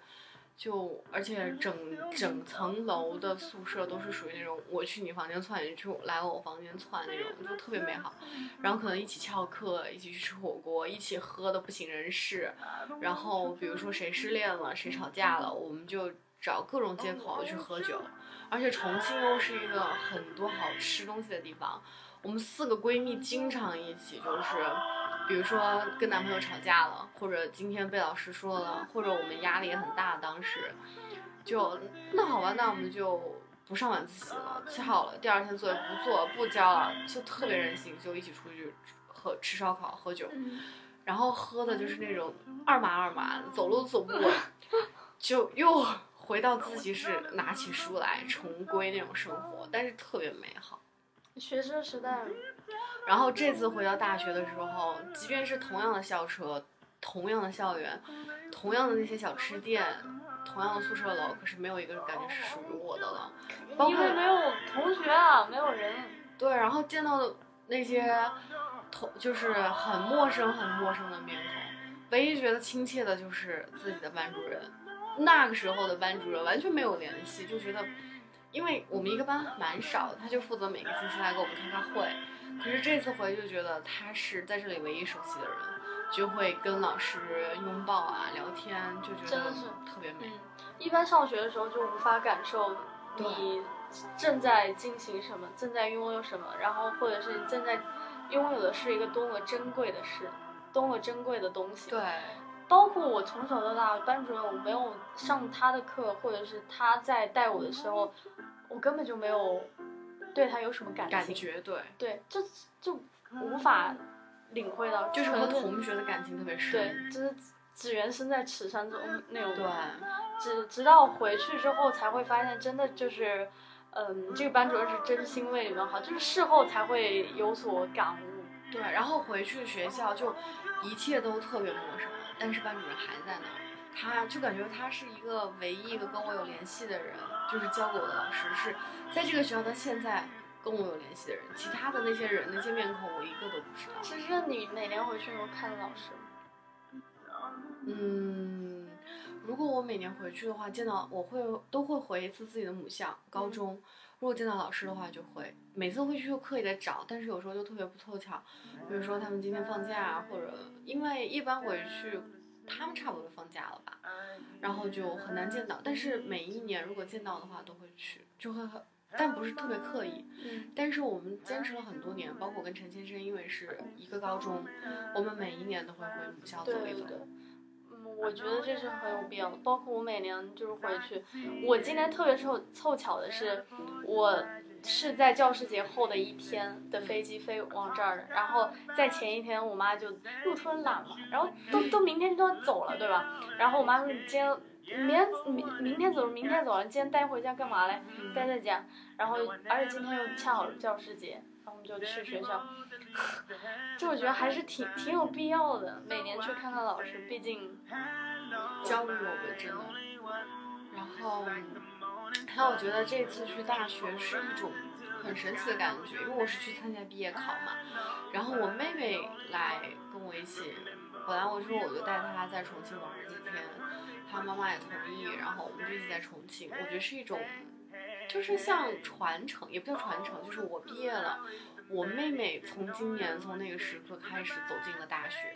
就而且整整层楼的宿舍都是属于那种我去你房间窜，你去我来我房间窜那种，就特别美好。然后可能一起翘课，一起去吃火锅，一起喝的不省人事。然后比如说谁失恋了，谁吵架了，我们就找各种借口去喝酒。而且重庆又是一个很多好吃东西的地方，我们四个闺蜜经常一起就是。比如说跟男朋友吵架了，或者今天被老师说了，或者我们压力也很大，当时就那好吧，那我们就不上晚自习了，翘了，第二天作业不做，不交了，就特别任性，就一起出去喝吃烧烤、喝酒，然后喝的就是那种二麻二麻的，走路都走不稳，就又 回到自习室
嗯
拿起书来，重归那种生活，但是特别美好。
学生时代
然后这次回到大学的时候，即便是同样的校车，同样的校园，同样的那些小吃店，同样的宿舍楼，可是没有一个感觉是属于我的了。包
因
括
为没有同学啊，没有人。
对，然后见到的那些同就是很陌生、很陌生的面孔，唯一觉得亲切的就是自己的班主任。那个时候的班主任完全没有联系，就觉得，因为我们一个班蛮少，他就负责每个星期来给我们开开会。可是这次回去就觉得他是在这里唯一熟悉的人，就会跟老师拥抱啊、聊天，就觉
真
得
的是
特别美
嗯。，一般上学的时候就无法感受
对
你正在进行什么，正在拥有什么，然后或者是你正在拥有的是一个多么珍贵的事，多么珍贵的东西。
对，
包括我从小到大，班主任我没有上他的课，或者是他在带我的时候，我根本就没有对他有什么感情，
感觉对，
对，就就无法领会到，
就是和
纯是
同学的感情特别
对
深。，
就是只缘身在此山中那种
对，
直直到回去之后才会发现，真的就是，嗯，这个班主任是真心为你们好，就是事后才会有所感悟。
对，然后回去学校就一切都特别陌生，但是班主任还在那儿，他就感觉他是一个唯一一个跟我有联系的人，就是教给我的老师是在这个学校到现在跟我有联系的人，其他的那些人那些面孔我一个都不知道。
其实你每年回去有看老师吗，
嗯，如果我每年回去的话，见到我会都会回一次自己的母校高中。
嗯
如果见到老师的话，就会每次会去就刻意的找，但是有时候就特别不凑巧，比如说他们今天放假，啊或者因为一般回去他们差不多就放假了吧，然后就很难见到。但是每一年如果见到的话，都会去，就会很，但不是特别刻意。
嗯，
但是我们坚持了很多年，包括我跟陈先生，因为是一个高中，我们每一年都会回母校走
对
一
对
走。
对。嗯，我觉得这是很有必要的。包括我每年就是回去，我今年特别凑凑巧的是，我是在教师节后的一天的飞机飞往这儿的，然后在前一天我妈就又突然懒了，然后都都明天就要走了，对吧？然后我妈说你今天。明天明明天走，明天走了，你今天待回家干嘛嘞？
嗯
待在家，然后而且今天又恰好是教师节，然后我们就去学校，就我觉得还是挺挺有必要的，每年去看看老师，毕竟
教育我们真的。然后，还有我觉得这次去大学是一种很神奇的感觉，因为我是去参加毕业考嘛，然后我妹妹来跟我一起，本来我说我就带她在重庆玩儿几天，她妈妈也同意，然后我们就一起在重庆，我觉得是一种。就是像传承，也不叫传承，就是我毕业了，我妹妹从今年从那个时刻开始走进了大学，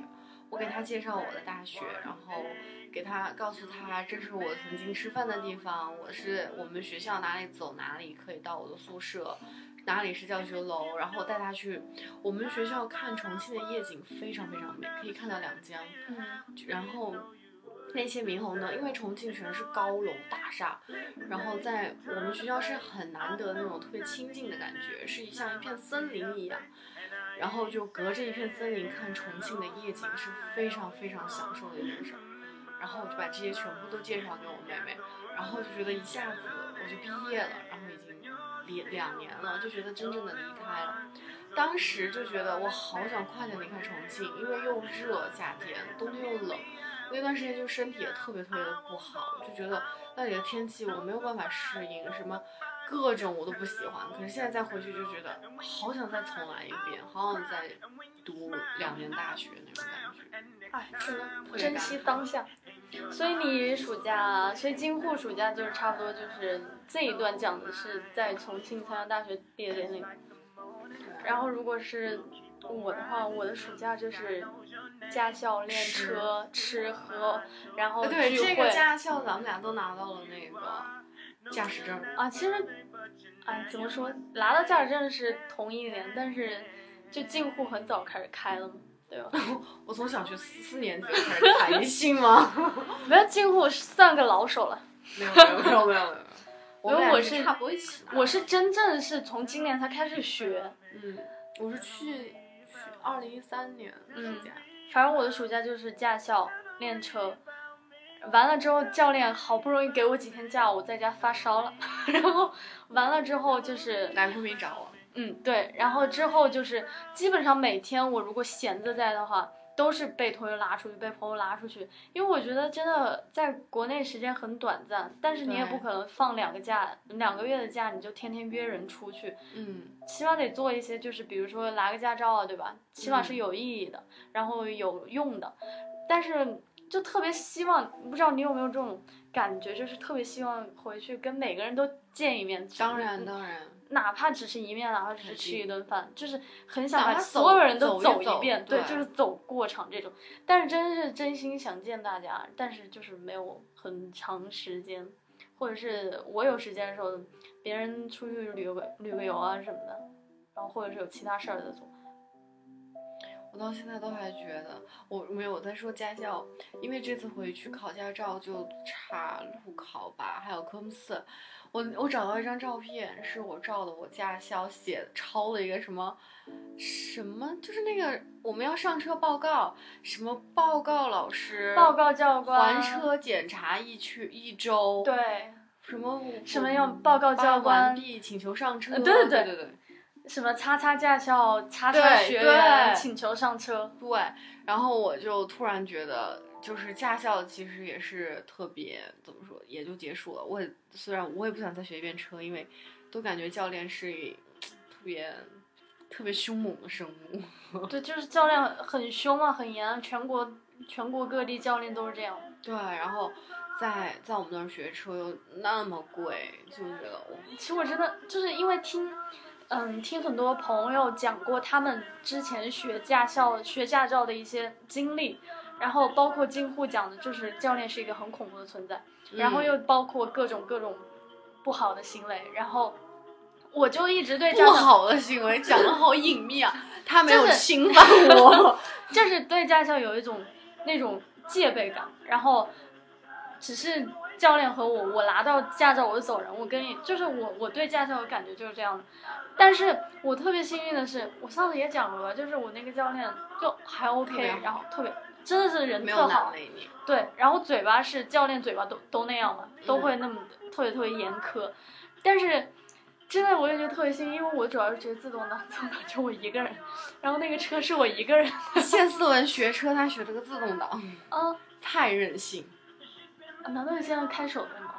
我给她介绍我的大学，然后给她告诉她这是我曾经吃饭的地方，我是我们学校哪里走哪里可以到我的宿舍，哪里是教学楼，然后带她去我们学校看重庆的夜景非常非常美，可以看到两江，
嗯，
然后那些猕猴呢，因为重庆全是高楼大厦，然后在我们学校是很难得那种特别清静的感觉，是像一片森林一样。然后就隔着一片森林看重庆的夜景是非常非常享受的一件事儿。然后我就把这些全部都介绍给我妹妹，然后就觉得一下子我就毕业了，然后已经两两年了，就觉得真正的离开了。当时就觉得我好想快点离开重庆，因为又热，夏天，冬天又冷，那段时间就身体也特别特别的不好，就觉得那里的天气我没有办法适应，什么各种我都不喜欢。可是现在再回去就觉得好想再重来一遍，好想再读两年大学那种感觉。
哎，真的珍惜当下。所以你暑假，所以今后暑假就是差不多就是这一段讲的是在重庆参加大学毕业典礼。然后如果是我的话，我的暑假就是驾校练车、吃喝，然后
呃，
聚
对，
会。
这个驾校咱们俩都拿到了那个驾驶证，
啊，其实，哎，怎么说，拿到驾驶证是同一年，但是就近乎很早开始开了嘛，对吧？
我从小学四四年级就开始开，你信吗？
没有近乎算个老手了，
没有没有没有没有 没有，我们
因为
俩
我
是
是
差不多一起拿的。
我是真正是从今年才开始学，
嗯，我是去去二零一三年暑假，
反正我的暑假就是驾校练车，完了之后教练好不容易给我几天假，我在家发烧了， 然后完了之后就是
来昆明找我。
嗯，对，然后之后就是基本上每天我如果闲着在的话，都是被同学拉出去，被朋友拉出去，因为我觉得真的在国内时间很短暂，但是你也
对
不可能放两个假，两个月的假你就天天约人出去，
嗯，
起码得做一些，就是比如说拿个驾照啊，对吧？起码
嗯
是有意义的，然后有用的。但是就特别希望，不知道你有没有这种感觉，就是特别希望回去跟每个人都见一面。
当然
嗯，
当然，
哪怕只是一面，哪怕只是
肯
吃
定
一顿饭，就是很想
嗯哪
把
怕
所有
走
人都
走一
一
走
遍，
对
就是走过场这种。但是真是真心想见大家，但是就是没有很长时间，或者是我有时间的时候，别人出去旅游个旅个游啊什么的，然后或者是有其他事儿在做。
我到现在都还觉得我没有我在说驾校，因为这次回去考驾照就差路考吧，还有科目四。我我找到一张照片，是我照的我驾校写抄了一个什么什么，就是那个我们要上车报告，什么报告老师
报告教官，
还车检查一区一周，，
对，
什么
什么要报告教
完
官，
毕请求上车，
呃对对
对
对
对对。
什么叉叉驾校，叉叉
对
学
对
员请求上车。
对，然后我就突然觉得，就是驾校其实也是特别怎么说，也就结束了。我也虽然我也不想再学一遍车，因为都感觉教练是一特别特别凶猛的生物。
对，就是教练很凶啊，很严啊，全国全国各地教练都是这样。
对，然后在在我们那儿学车又那么贵，就觉得我
其实我真的就是因为听，嗯，听很多朋友讲过他们之前学驾校、学驾照的一些经历，然后包括金护讲的，就是教练是一个很恐怖的存在，然后
嗯
又包括各种各种不好的行为，然后我就一直对驾
不
校，
好的行为讲的好隐秘啊，他没
就
有
是
侵犯我。
就是对驾校有一种那种戒备感，然后只是。教练和我，我拿到驾照我就走人。我跟你就是我，我对驾校的感觉就是这样的。但是我特别幸运的是，我上次也讲过吧，就是我那个教练就还
特别好
OK，然后特别真的是人
没
特
有难
好，
为你，
对，然后嘴巴是教练嘴巴都都那样嘛，都
嗯
会那么特别特别严苛，但是。真的，我也觉得特别幸运，因为我主要是学自动挡，自动挡就我一个人，然后那个车是我一个人，
谢思文学车他学了个自动挡，
啊，
太任性。
难道你现在开手动吗？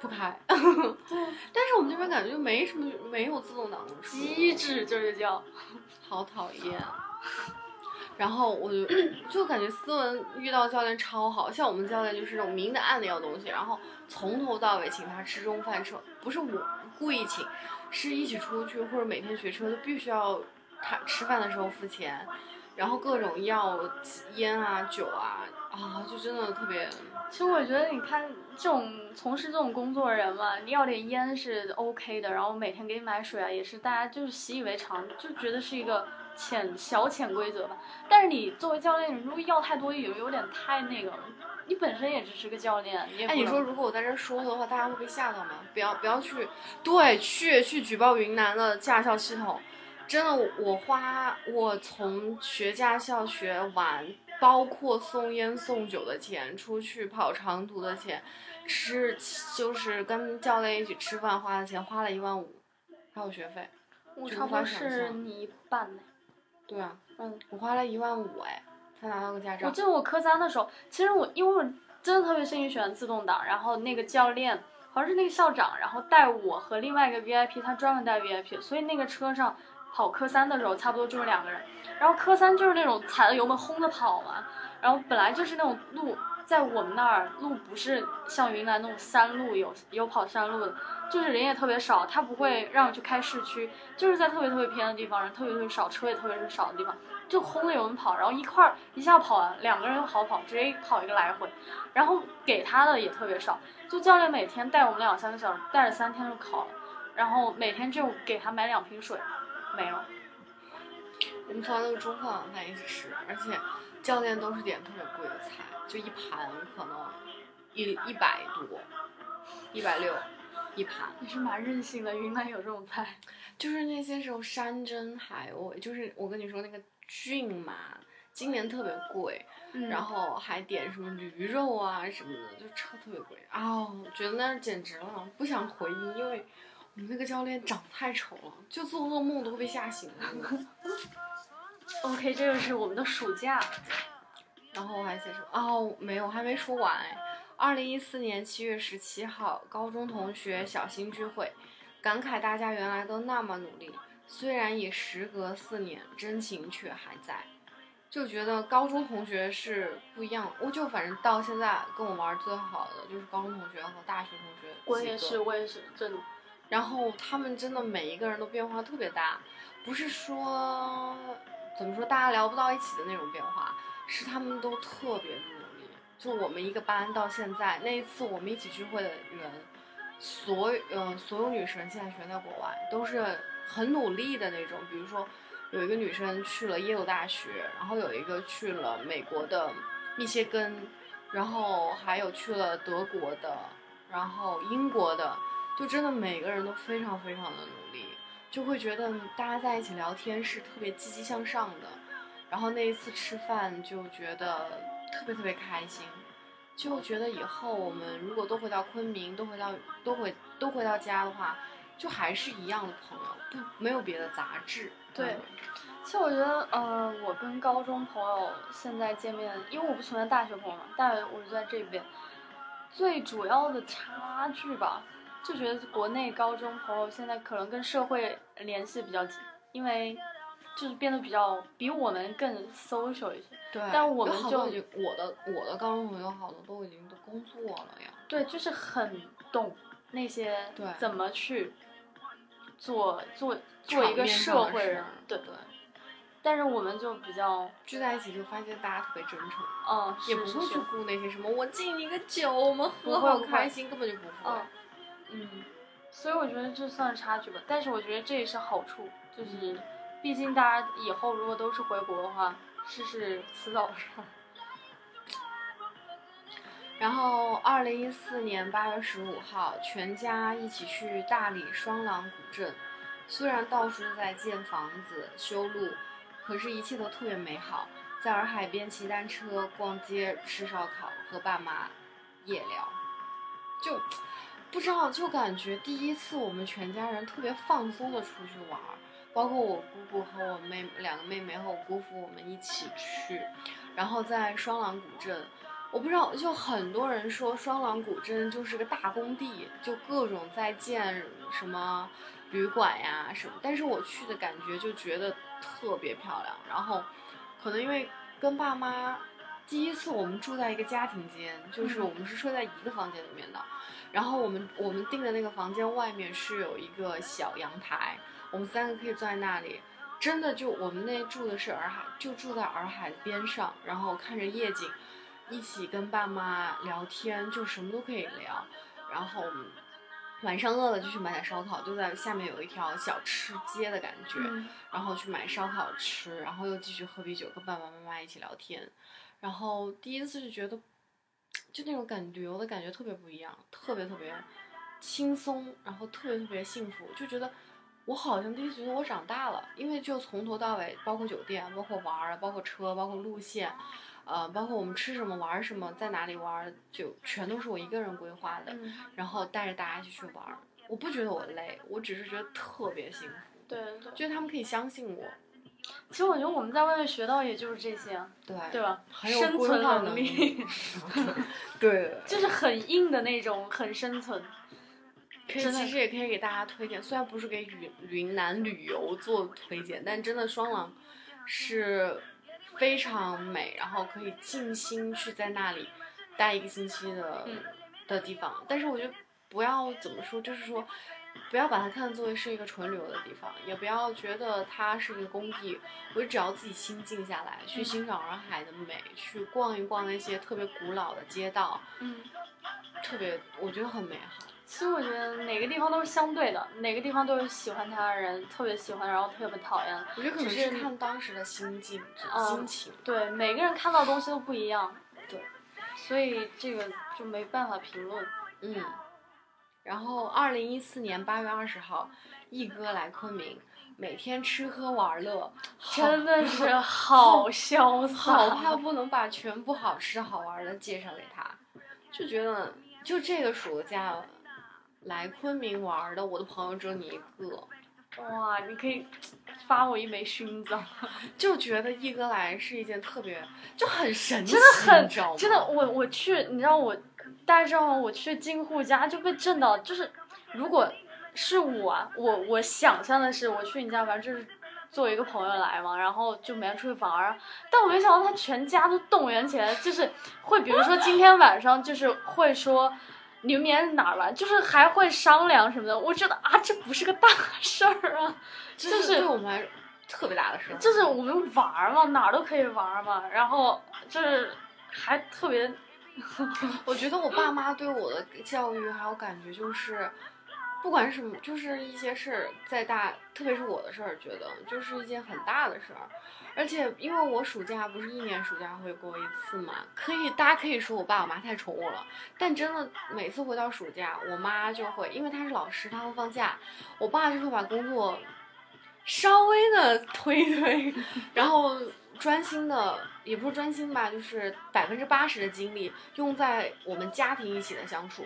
不开。但是我们这边感觉就没什么，没有自动挡的车，
机智就是叫，
好讨厌。啊然后我就就感觉斯文遇到教练超好，像我们教练就是那种明的暗的要东西，然后从头到尾请他吃中饭吃，不是我故意请，是一起出去或者每天学车都必须要他吃饭的时候付钱，然后各种药、烟啊、酒啊啊，就真的特别
其实我觉得，你看这种从事这种工作的人嘛，你要点烟是 OK 的，然后每天给你买水啊，也是大家就是习以为常，就觉得是一个潜小潜规则吧。但是你作为教练，你如果要太多，有有点太那个了。你本身也只是个教练，你也不
哎，你
能
说如果我在这儿说的话，大家会被吓到吗？不要不要去，对，去去举报云南的驾校系统。真的，我我花我从学驾校学完，包括送烟送酒的钱，出去跑长途的钱，吃就是跟教练一起吃饭花的钱，花了一万五，还有学费。
我
就
差
无
不
法
多
想
是
象
你一半呢。
对啊，
嗯，
我花了一万五哎，才拿到个驾
我
照。
记得我科三的时候，其实我因为我真的特别幸运选自动挡，然后那个教练好像是那个校长，然后带我和另外一个 VIP，他专门带 VIP，所以那个车上跑科三的时候差不多就是两个人，然后科三就是那种踩着油门轰的跑嘛，然后本来就是那种路。在我们那儿路不是像云南那种山路有有跑山路的，就是人也特别少，他不会让我去开市区，就是在特别特别偏的地方，人特别特别少，车也特别特别少的地方，就轰着油门跑，然后一块儿一下跑完，两个人又好跑，直接跑一个来回，然后给他的也特别少，就教练每天带我们两三个小时，带了三天就考了，然后每天就给他买两瓶水，没了。
我们从来都是中饭晚饭一起吃，而且教练都是点特别贵的菜，就一盘可能一一百多，一百六一盘，
也是蛮任性的，云南有这种菜，
就是那些时候山珍海味，就是我跟你说那个菌嘛，今年特别贵，
嗯
然后还点什么驴肉啊什么的，就超特别贵啊、我觉得那简直了，不想回忆，因为。我们那个教练长得太丑了，就做噩梦都会被吓醒了。
OK，这就是我们的暑假。
然后我还写什么？哦，没有，还没说完哎。二零一四年七月十七号，高中同学小型聚会，感慨大家原来都那么努力，虽然已时隔四年，真情却还在。就觉得高中同学是不一样，我就反正到现在跟我玩儿最好的就是高中同学和大学同学。
我也是，。我也是，真的。
然后他们真的每一个人都变化特别大，不是说怎么说大家聊不到一起的那种变化，是他们都特别努力。就我们一个班到现在那一次我们一起聚会的人，所有呃所有女生现在全在国外，都是很努力的那种。比如说有一个女生去了耶鲁大学，然后有一个去了美国的密歇根，然后还有去了德国的，然后英国的，就真的每个人都非常非常的努力，就会觉得大家在一起聊天是特别积极向上的。然后那一次吃饭就觉得特别特别开心，就觉得以后我们如果都回到昆明，都回到都回都回到家的话，就还是一样的朋友，不没有别的杂质。嗯
对其实我觉得，呃，我跟高中朋友现在见面，因为我不存在大学朋友嘛，大学我是在这边，最主要的差距吧，就觉得国内高中朋友现在可能跟社会联系比较紧，因为就是变得比较比我们更 social 一些。
对，
但我
有
们
好多已
就
经我的我的高中朋友好多都已经都工作了呀。
对，就是很懂那些
对
怎么去做做做一个社会人，
对
对。
对，
但是我们就比较，
聚在一起就发现大家特别真诚。
嗯，
也
是
不
是
会
是
去顾那些什么，我敬你个酒，我们
不
喝
会
好
不会
开心，根本就不会
嗯。嗯，所以我觉得这算是差距吧，但是我觉得这也是好处，就是毕竟大家以后如果都是回国的话，是是迟早的事儿。
然后，二零一四年八月十五号，全家一起去大理双廊古镇，虽然到处都在建房子、修路，可是一切都特别美好。在洱海边骑单车、逛街、吃烧烤，和爸妈夜聊，就不知道，就感觉第一次我们全家人特别放松的出去玩儿，包括我姑姑和我妹两个妹妹和我姑父，我们一起去，然后在双廊古镇。我不知道，就很多人说双廊古镇就是个大工地，就各种在建什么旅馆呀什么。但是我去的感觉就觉得特别漂亮。然后，可能因为跟爸妈第一次我们住在一个家庭间，就是
嗯
我们是睡在一个房间里面的。然后我们我们订的那个房间外面是有一个小阳台，我们三个可以坐在那里。真的就我们那住的是洱海，就住在洱海边上，然后看着夜景，一起跟爸妈聊天，就什么都可以聊。然后我们晚上饿了就去买点烧烤，就在下面有一条小吃街的感觉，然后去买烧烤吃，然后又继续喝啤酒，跟爸爸妈妈一起聊天。然后第一次就觉得，就那种感旅游的感觉特别不一样，特别特别轻松，然后特别特别幸福，就觉得我好像第一次觉得我长大了，因为就从头到尾，包括酒店，包括玩儿，包括车，包括路线，呃，包括我们吃什么玩儿什么，在哪里玩儿，就全都是我一个人规划的，
嗯，
然后带着大家一起去玩儿。我不觉得我累，我只是觉得特别幸福，
对对对。
觉得他们可以相信我，
其实我觉得我们在外面学到也就是这些啊，
对
对吧？
很有
生
规
存
划嗯
能
能
力
力，对，
就是很硬的那种，很生存。
可以，
真的
其实也可以给大家推荐，虽然不是给云云南旅游做推荐，但真的双廊是非常美，然后可以静心去在那里待一个星期的、
嗯
的地方。但是我觉得不要怎么说，就是说不要把它看作为是一个纯旅游的地方，也不要觉得它是一个工地。我就只要自己心静下来，去
嗯
欣赏洱海的美，去逛一逛那些特别古老的街道，
嗯，
特别我觉得很美好。
其实我觉得哪个地方都是相对的，哪个地方都有喜欢他的人，特别喜欢，然后特别讨厌。
我觉得可能
只是
是看当时的心境、
嗯
心情。
对，每个人看到的东西都不一样。
对，
所以这个就没办法评论。
嗯。然后，二零一四年八月二十号，一哥来昆明，每天吃喝玩乐，好
真 的是好 潇洒，啊
好怕不能把全部好吃好玩的介绍给他，就觉得就这个暑假来昆明玩的，我的朋友只有你一个，
哇，你可以发我一枚勋章，
就觉得一哥来是一件特别就很神奇，
真的很
你知道吗？
真的，我我去，你知道我，大家知道吗？我去金户家就被震到，就是如果是我啊，我我想象的是我去你家玩，就是作为一个朋友来嘛，然后就没出去玩儿，但我没想到他全家都动员起来，就是会比如说今天晚上就是会说。你们明天哪儿玩？就是还会商量什么的，我觉得啊，这不是个大事儿啊，
这
就是
对我们来说特别大的事儿。
就是我们玩儿嘛，哪儿都可以玩儿嘛，然后就是还特别
我觉得我爸妈对我的教育还有感觉就是，不管是什么，就是一些事儿再大，特别是我的事儿，觉得就是一件很大的事儿。而且因为我暑假不是一年暑假回国一次嘛，可以大家可以说我爸我妈太宠我了，但真的每次回到暑假，我妈就会，因为她是老师，她会放假，我爸就会把工作稍微的推一推，然后专心的，也不是专心吧，就是百分之八十的精力用在我们家庭一起的相处。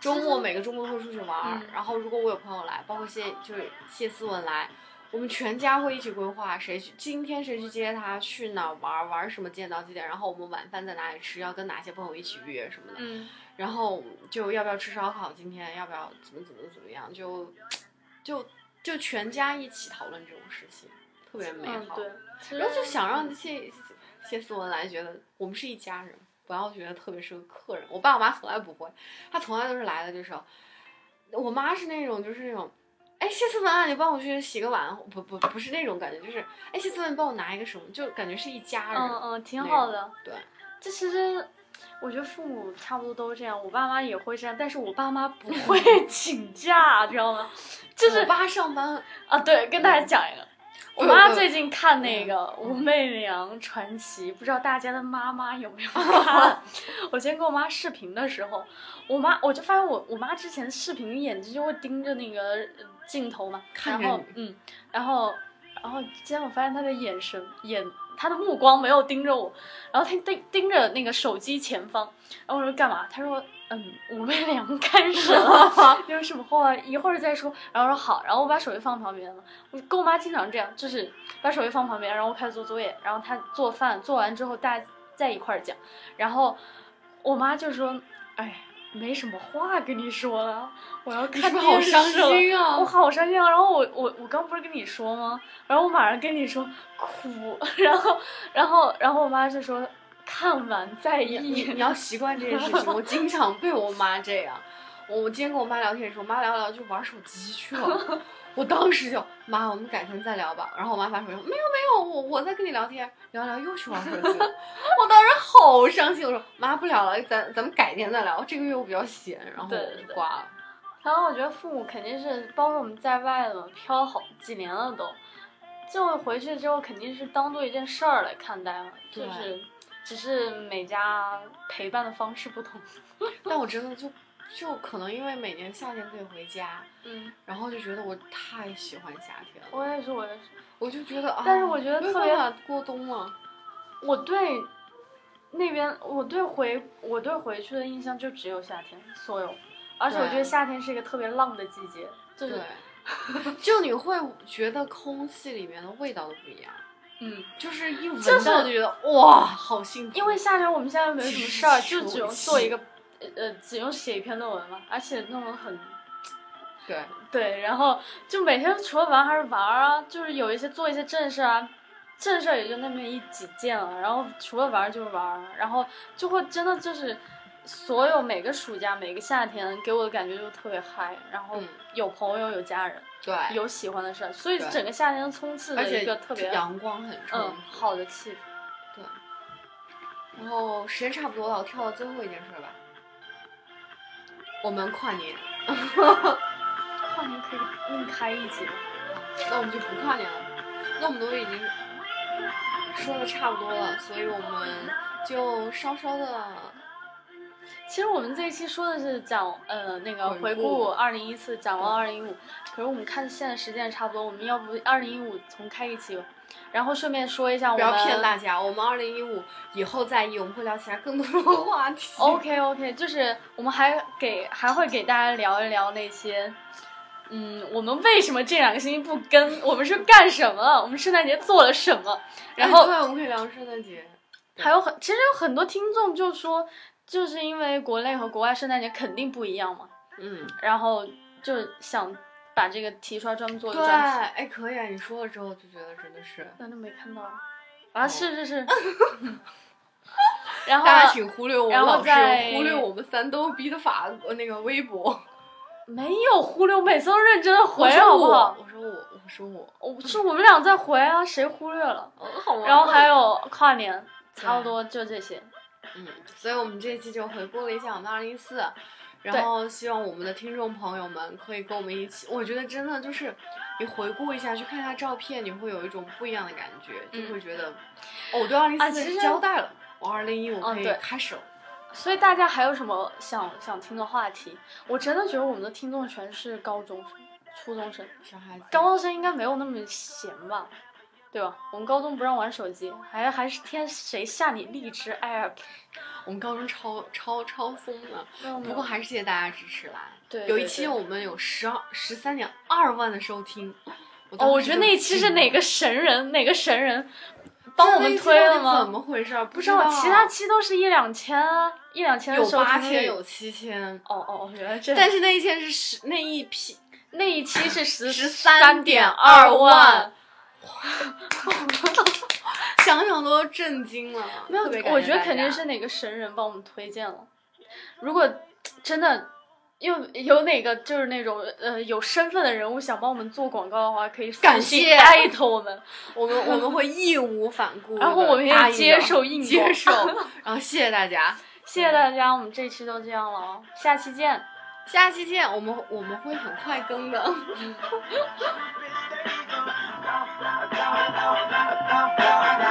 周末每个周末都会出去玩儿，
嗯
然后如果我有朋友来，包括谢就是谢思文来，我们全家会一起规划谁去今天谁去接他，去哪儿玩儿，玩儿什么几点到几点，然后我们晚饭在哪里吃，要跟哪些朋友一起约什么的。
嗯，
然后就要不要吃烧烤，今天要不要怎么怎么怎么样，就就就全家一起讨论这种事情，特别美
嗯
好。
对，其实
然后就想让谢谢思文来觉得我们是一家人，不要觉得特别是个客人。我爸我妈从来不会，他从来都是来了就说，我妈是那种就是那种。哎，谢思文啊，你帮我去洗个碗，不不不是那种感觉，就是哎，谢思文，你帮我拿一个什么，就感觉是一家人。
嗯嗯挺好的，
对，
这其实。我觉得父母差不多都这样，我爸妈也会这样，但是我爸妈不会 请假，知道 吗？就是
我爸上班，
啊，对，跟大家讲一个，我
对
妈
对
最近看那
嗯
个《武媚娘传奇》，不知道大家的妈妈有 没有看？我今天跟我妈视频的时候，我妈我就发现我我妈之前视频眼睛就会盯着那个呃镜头嘛，
看
然
着
后嗯，然后然后今天我发现她的眼神眼她的目光没有盯着我，然后她盯盯着那个手机前方，然后我说干嘛？她说。嗯，武媚娘开始了， 有什么话一会儿再说。然后我说好，然后我把手机放旁边了。我跟我妈经常这样，就是把手机放旁边，然后我开始做作业，然后她做饭，做完之后大家在一块儿讲。然后我妈就说：“哎，没什么话跟你说了，我要
你是
看
不是好
电视
伤
了。
心啊？
我好伤心啊！然后我我我刚不是跟你说吗？然后我马上跟你说哭， 然后然后然后我妈就说看完再
你
议。
你要习惯这件事情。我经常被我妈这样。我我今天跟我妈聊天的时候，我妈聊着聊着就玩手机去了。我当时就妈，我们改天再聊吧。然后我妈发手机说没有没有，我我在跟你聊天，聊着聊着又去玩手机了。 我当时好伤心，我说妈不聊了，咱咱们改天再聊。这个月我比较闲，然后
对
我
对
就
对
挂了。
然后我觉得父母肯定是，包括我们在外的嘛，漂好几年了都，就回去之后肯定是当做一件事儿来看待嘛，就
对
是只是每家陪伴的方式 不同。
但我真的就就可能因为每年夏天可以回家，
嗯，
然后就觉得我太喜欢夏天了，
我也是，我也是。
我就觉得啊，
但是我觉得
没有
特别
办法过冬了。
我对那边，我对回我对回去的印象就只有夏天，所有，而且我
对
觉得夏天是一个特别浪的季节，就是
对， 就你会觉得空气里面的味道都不一样，
嗯，
就是一闻
就是
到就觉得、哇，好幸福。
因为夏天我们现在没有什么事儿，
其实
就只用
暑期
做一个，呃呃，只用写一篇论文嘛，而且论文很
对
对，然后就每天除了玩还是玩儿啊，就是有一些做一些正事啊，正事儿也就那么一几件了，然后除了玩儿就是玩儿，然后就会真的就是所有每个暑假每个夏天给我的感觉就特别嗨，然后
嗯
有朋友有家人
对，
有喜欢的事儿，所以
对
整个夏天充斥
而
着
且
一个特别
阳光很充
嗯
足。
好的气氛。
对。然后时间差不多了，我跳到最后一件事儿吧。我们跨年，
跨年可以另开一集，
那我们就不跨年了。那我们都已经说的差不多了，所以我们就稍稍的
其实我们这一期说的是讲呃那个
回
回
顾
顾二零一四，展望二零一五。可是我们看现在时间也差不多，我们要不二零一五重开一期吧？然后顺便说一下我
不
们。
要骗大家，我们二零一五以后再议，我们会聊其他更多的话题。
OK OK，就是我们还给还会给大家聊一聊那些嗯，我们为什么这两个星期不跟？我们是干什么？我们圣诞节做了什么？然后
哎对，我们可以聊圣诞节。
还有很，其实有很多听众就说，就是因为国内和国外圣诞节肯定不一样嘛，
嗯，
然后就是想把这个提出来专门做一
对，
个专题。
哎，可以啊！你说了之后就觉得真的是，
那都没看到啊！是是 是。 然后
哦大家请忽略我
然后
老
在
师，忽略我们三逗逼的法呃那个微 博。
没有忽略，我每次都认真的回，
我说
好不
我
好？
我说我，我说我，
我是我们俩在回啊，谁忽略了？
嗯，好吗？
然后还有跨年，差不多就这些。
嗯，所以我们这一期就回顾了一下我们的二零一四，然后希望我们的听众朋友们可以跟我们一起，我觉得真的就是你回顾一下，去看一下照片，你会有一种不一样的感觉，就会觉得、哦，我对二零
嗯啊
一
其实
四交代了，我二零一我
嗯
可以
对
开始了，
所以大家还有什么想想听的话题？我真的觉得我们的听众全是高中生、初中生，
小孩子
高中生应该没有那么闲吧，对吧？我们高中不让玩手机，还还是天谁下你荔枝 app？
我们高中超超超松的，不
不
过还是谢谢大家支持啦。
嗯对
有一
对
期
对
我们有十二十三点二万的收听，
哦，我觉得那一期是哪
个？
个神人？哪个神人帮我们推了
这个怎
吗？
么回事？
不
不
知道，其他期都是一两千啊，一两千的
有
收
八
听率
千，有七千，
哦哦，原来这样。
但是那一天是十那一批
那一期是十
13.2
点二
万，想想都震惊了。
没有
特别，感
我觉得
大
肯定
家
是哪个神人帮我们推荐了。如果真的又有哪个就是那种呃有身份的人物想帮我们做广告的话，可以私
感
信
谢
艾特我们。
我们我们会义无反顾地答
然
应的，
后我们也接受硬广
接 受，然后谢谢大家。
谢谢大家，我们这期就这样了哦，下期见。
下期见，我们我们会很快更的。
Bye.